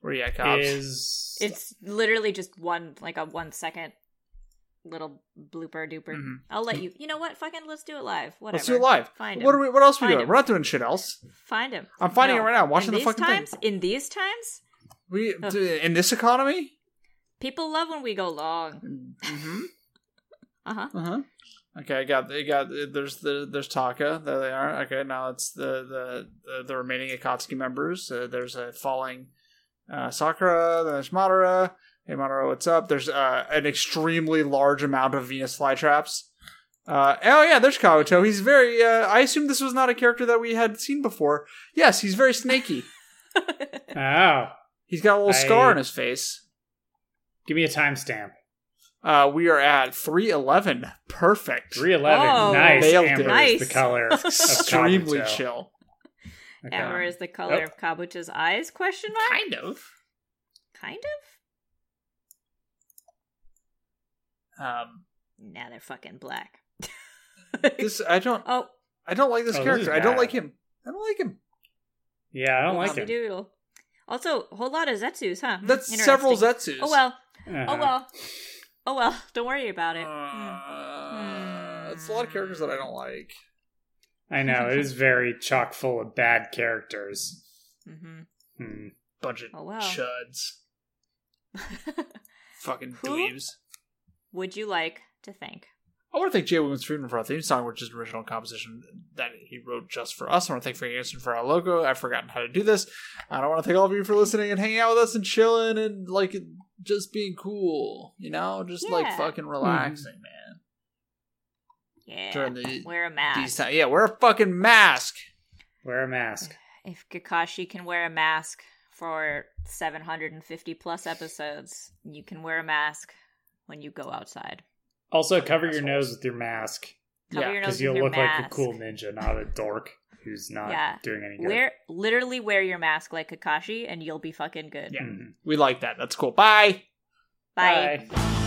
[SPEAKER 1] Where you at, Kabs?
[SPEAKER 2] Is
[SPEAKER 3] It's literally just one, like a one second little blooper duper.
[SPEAKER 1] Mhm.
[SPEAKER 3] I'll let you. You know what? Fucking let's do it live. Whatever.
[SPEAKER 1] Let's do it live.
[SPEAKER 3] Find him.
[SPEAKER 1] What are we? What else are we
[SPEAKER 3] Find
[SPEAKER 1] doing?
[SPEAKER 3] him.
[SPEAKER 1] We're not doing shit else.
[SPEAKER 3] Find him.
[SPEAKER 1] I'm finding
[SPEAKER 3] No.
[SPEAKER 1] it right now. I'm watching
[SPEAKER 3] in
[SPEAKER 1] the
[SPEAKER 3] these
[SPEAKER 1] fucking
[SPEAKER 3] times,
[SPEAKER 1] thing.
[SPEAKER 3] In these times,
[SPEAKER 1] We
[SPEAKER 3] Ugh.
[SPEAKER 1] d- in this economy.
[SPEAKER 3] people love when we go long.
[SPEAKER 1] Mm-hmm.
[SPEAKER 3] Uh huh.
[SPEAKER 1] Uh huh. Okay, I got. I got. There's the. There's Taka. There they are. Okay, now it's the the the, the remaining Akatsuki members. Uh, there's a falling uh, Sakura. Then there's Madara. Hey Madara, what's up? There's uh, an extremely large amount of Venus flytraps. Uh, oh yeah, there's Kabuto. He's very. Uh, I assume this was not a character that we had seen before. Yes, he's very snaky.
[SPEAKER 2] oh,
[SPEAKER 1] He's got a little scar
[SPEAKER 2] I-
[SPEAKER 1] on his face.
[SPEAKER 2] give me a timestamp.
[SPEAKER 1] Uh, we are at 311. Perfect.
[SPEAKER 2] 311.
[SPEAKER 3] Whoa.
[SPEAKER 2] nice.
[SPEAKER 1] Nailed
[SPEAKER 2] Amber
[SPEAKER 1] it.
[SPEAKER 2] is
[SPEAKER 3] Oh, Nice.
[SPEAKER 2] the color. of
[SPEAKER 1] Extremely
[SPEAKER 2] Kabuto.
[SPEAKER 1] chill. uh,
[SPEAKER 2] Okay.
[SPEAKER 3] Amber is the color
[SPEAKER 2] Nope.
[SPEAKER 3] of Kabuto's eyes? Question mark.
[SPEAKER 1] Kind of.
[SPEAKER 3] Kind of.
[SPEAKER 1] Um,
[SPEAKER 3] Nah, they're fucking black.
[SPEAKER 1] this I don't
[SPEAKER 3] oh,
[SPEAKER 1] I don't like this
[SPEAKER 2] Oh, this
[SPEAKER 1] character.
[SPEAKER 2] is
[SPEAKER 1] I don't
[SPEAKER 2] bad.
[SPEAKER 1] like him. I don't like him.
[SPEAKER 3] Mm-hmm.
[SPEAKER 2] Yeah, I don't like
[SPEAKER 3] whoopsie
[SPEAKER 2] it.
[SPEAKER 3] doodle. Also, whole lot of Zetsus, huh? Hmm,
[SPEAKER 1] That's several
[SPEAKER 3] interesting.
[SPEAKER 1] Zetsus.
[SPEAKER 3] Oh well.
[SPEAKER 2] Uh-huh.
[SPEAKER 3] Oh well. Oh well. Don't worry about it. Hmm.
[SPEAKER 1] Uh,
[SPEAKER 3] Mm.
[SPEAKER 1] It's a lot of characters that I don't like.
[SPEAKER 2] I know it is very chock full of bad characters.
[SPEAKER 3] Mhm.
[SPEAKER 2] Hmm.
[SPEAKER 1] Bunch of
[SPEAKER 3] Oh, well.
[SPEAKER 1] chuds. Fucking
[SPEAKER 3] Who?
[SPEAKER 1] dweebs.
[SPEAKER 3] Would you like to thank?
[SPEAKER 1] I want to thank Jay Williams Friedman for our theme song, which is an original composition that he wrote just for us. I want to thank Frank Anderson for our logo. I've forgotten how to do this. And I want to thank all of you for listening and hanging out with us and chilling and like just being cool, you know, just like
[SPEAKER 3] Yeah.
[SPEAKER 1] fucking relaxing, man.
[SPEAKER 3] Mm-hmm. Yeah.
[SPEAKER 1] During the-
[SPEAKER 3] wear a
[SPEAKER 1] These
[SPEAKER 3] mask.
[SPEAKER 1] time, yeah, wear a fucking mask.
[SPEAKER 2] Wear a mask.
[SPEAKER 3] If Kakashi can wear a mask for 750 plus episodes, you can wear a mask when you go outside.
[SPEAKER 2] Also, cover your nose with your mask
[SPEAKER 3] Cover
[SPEAKER 1] Yeah,
[SPEAKER 3] your nose
[SPEAKER 2] because
[SPEAKER 3] with
[SPEAKER 2] you'll
[SPEAKER 3] your
[SPEAKER 2] look
[SPEAKER 3] mask.
[SPEAKER 2] like a cool ninja, not a dork who's not
[SPEAKER 3] Yeah.
[SPEAKER 2] doing any good.
[SPEAKER 3] Wear literally wear your mask like Kakashi, and you'll be fucking good.
[SPEAKER 1] Yeah.
[SPEAKER 2] Mhm.
[SPEAKER 1] We like that. That's cool. Bye.
[SPEAKER 3] Bye.
[SPEAKER 2] Bye.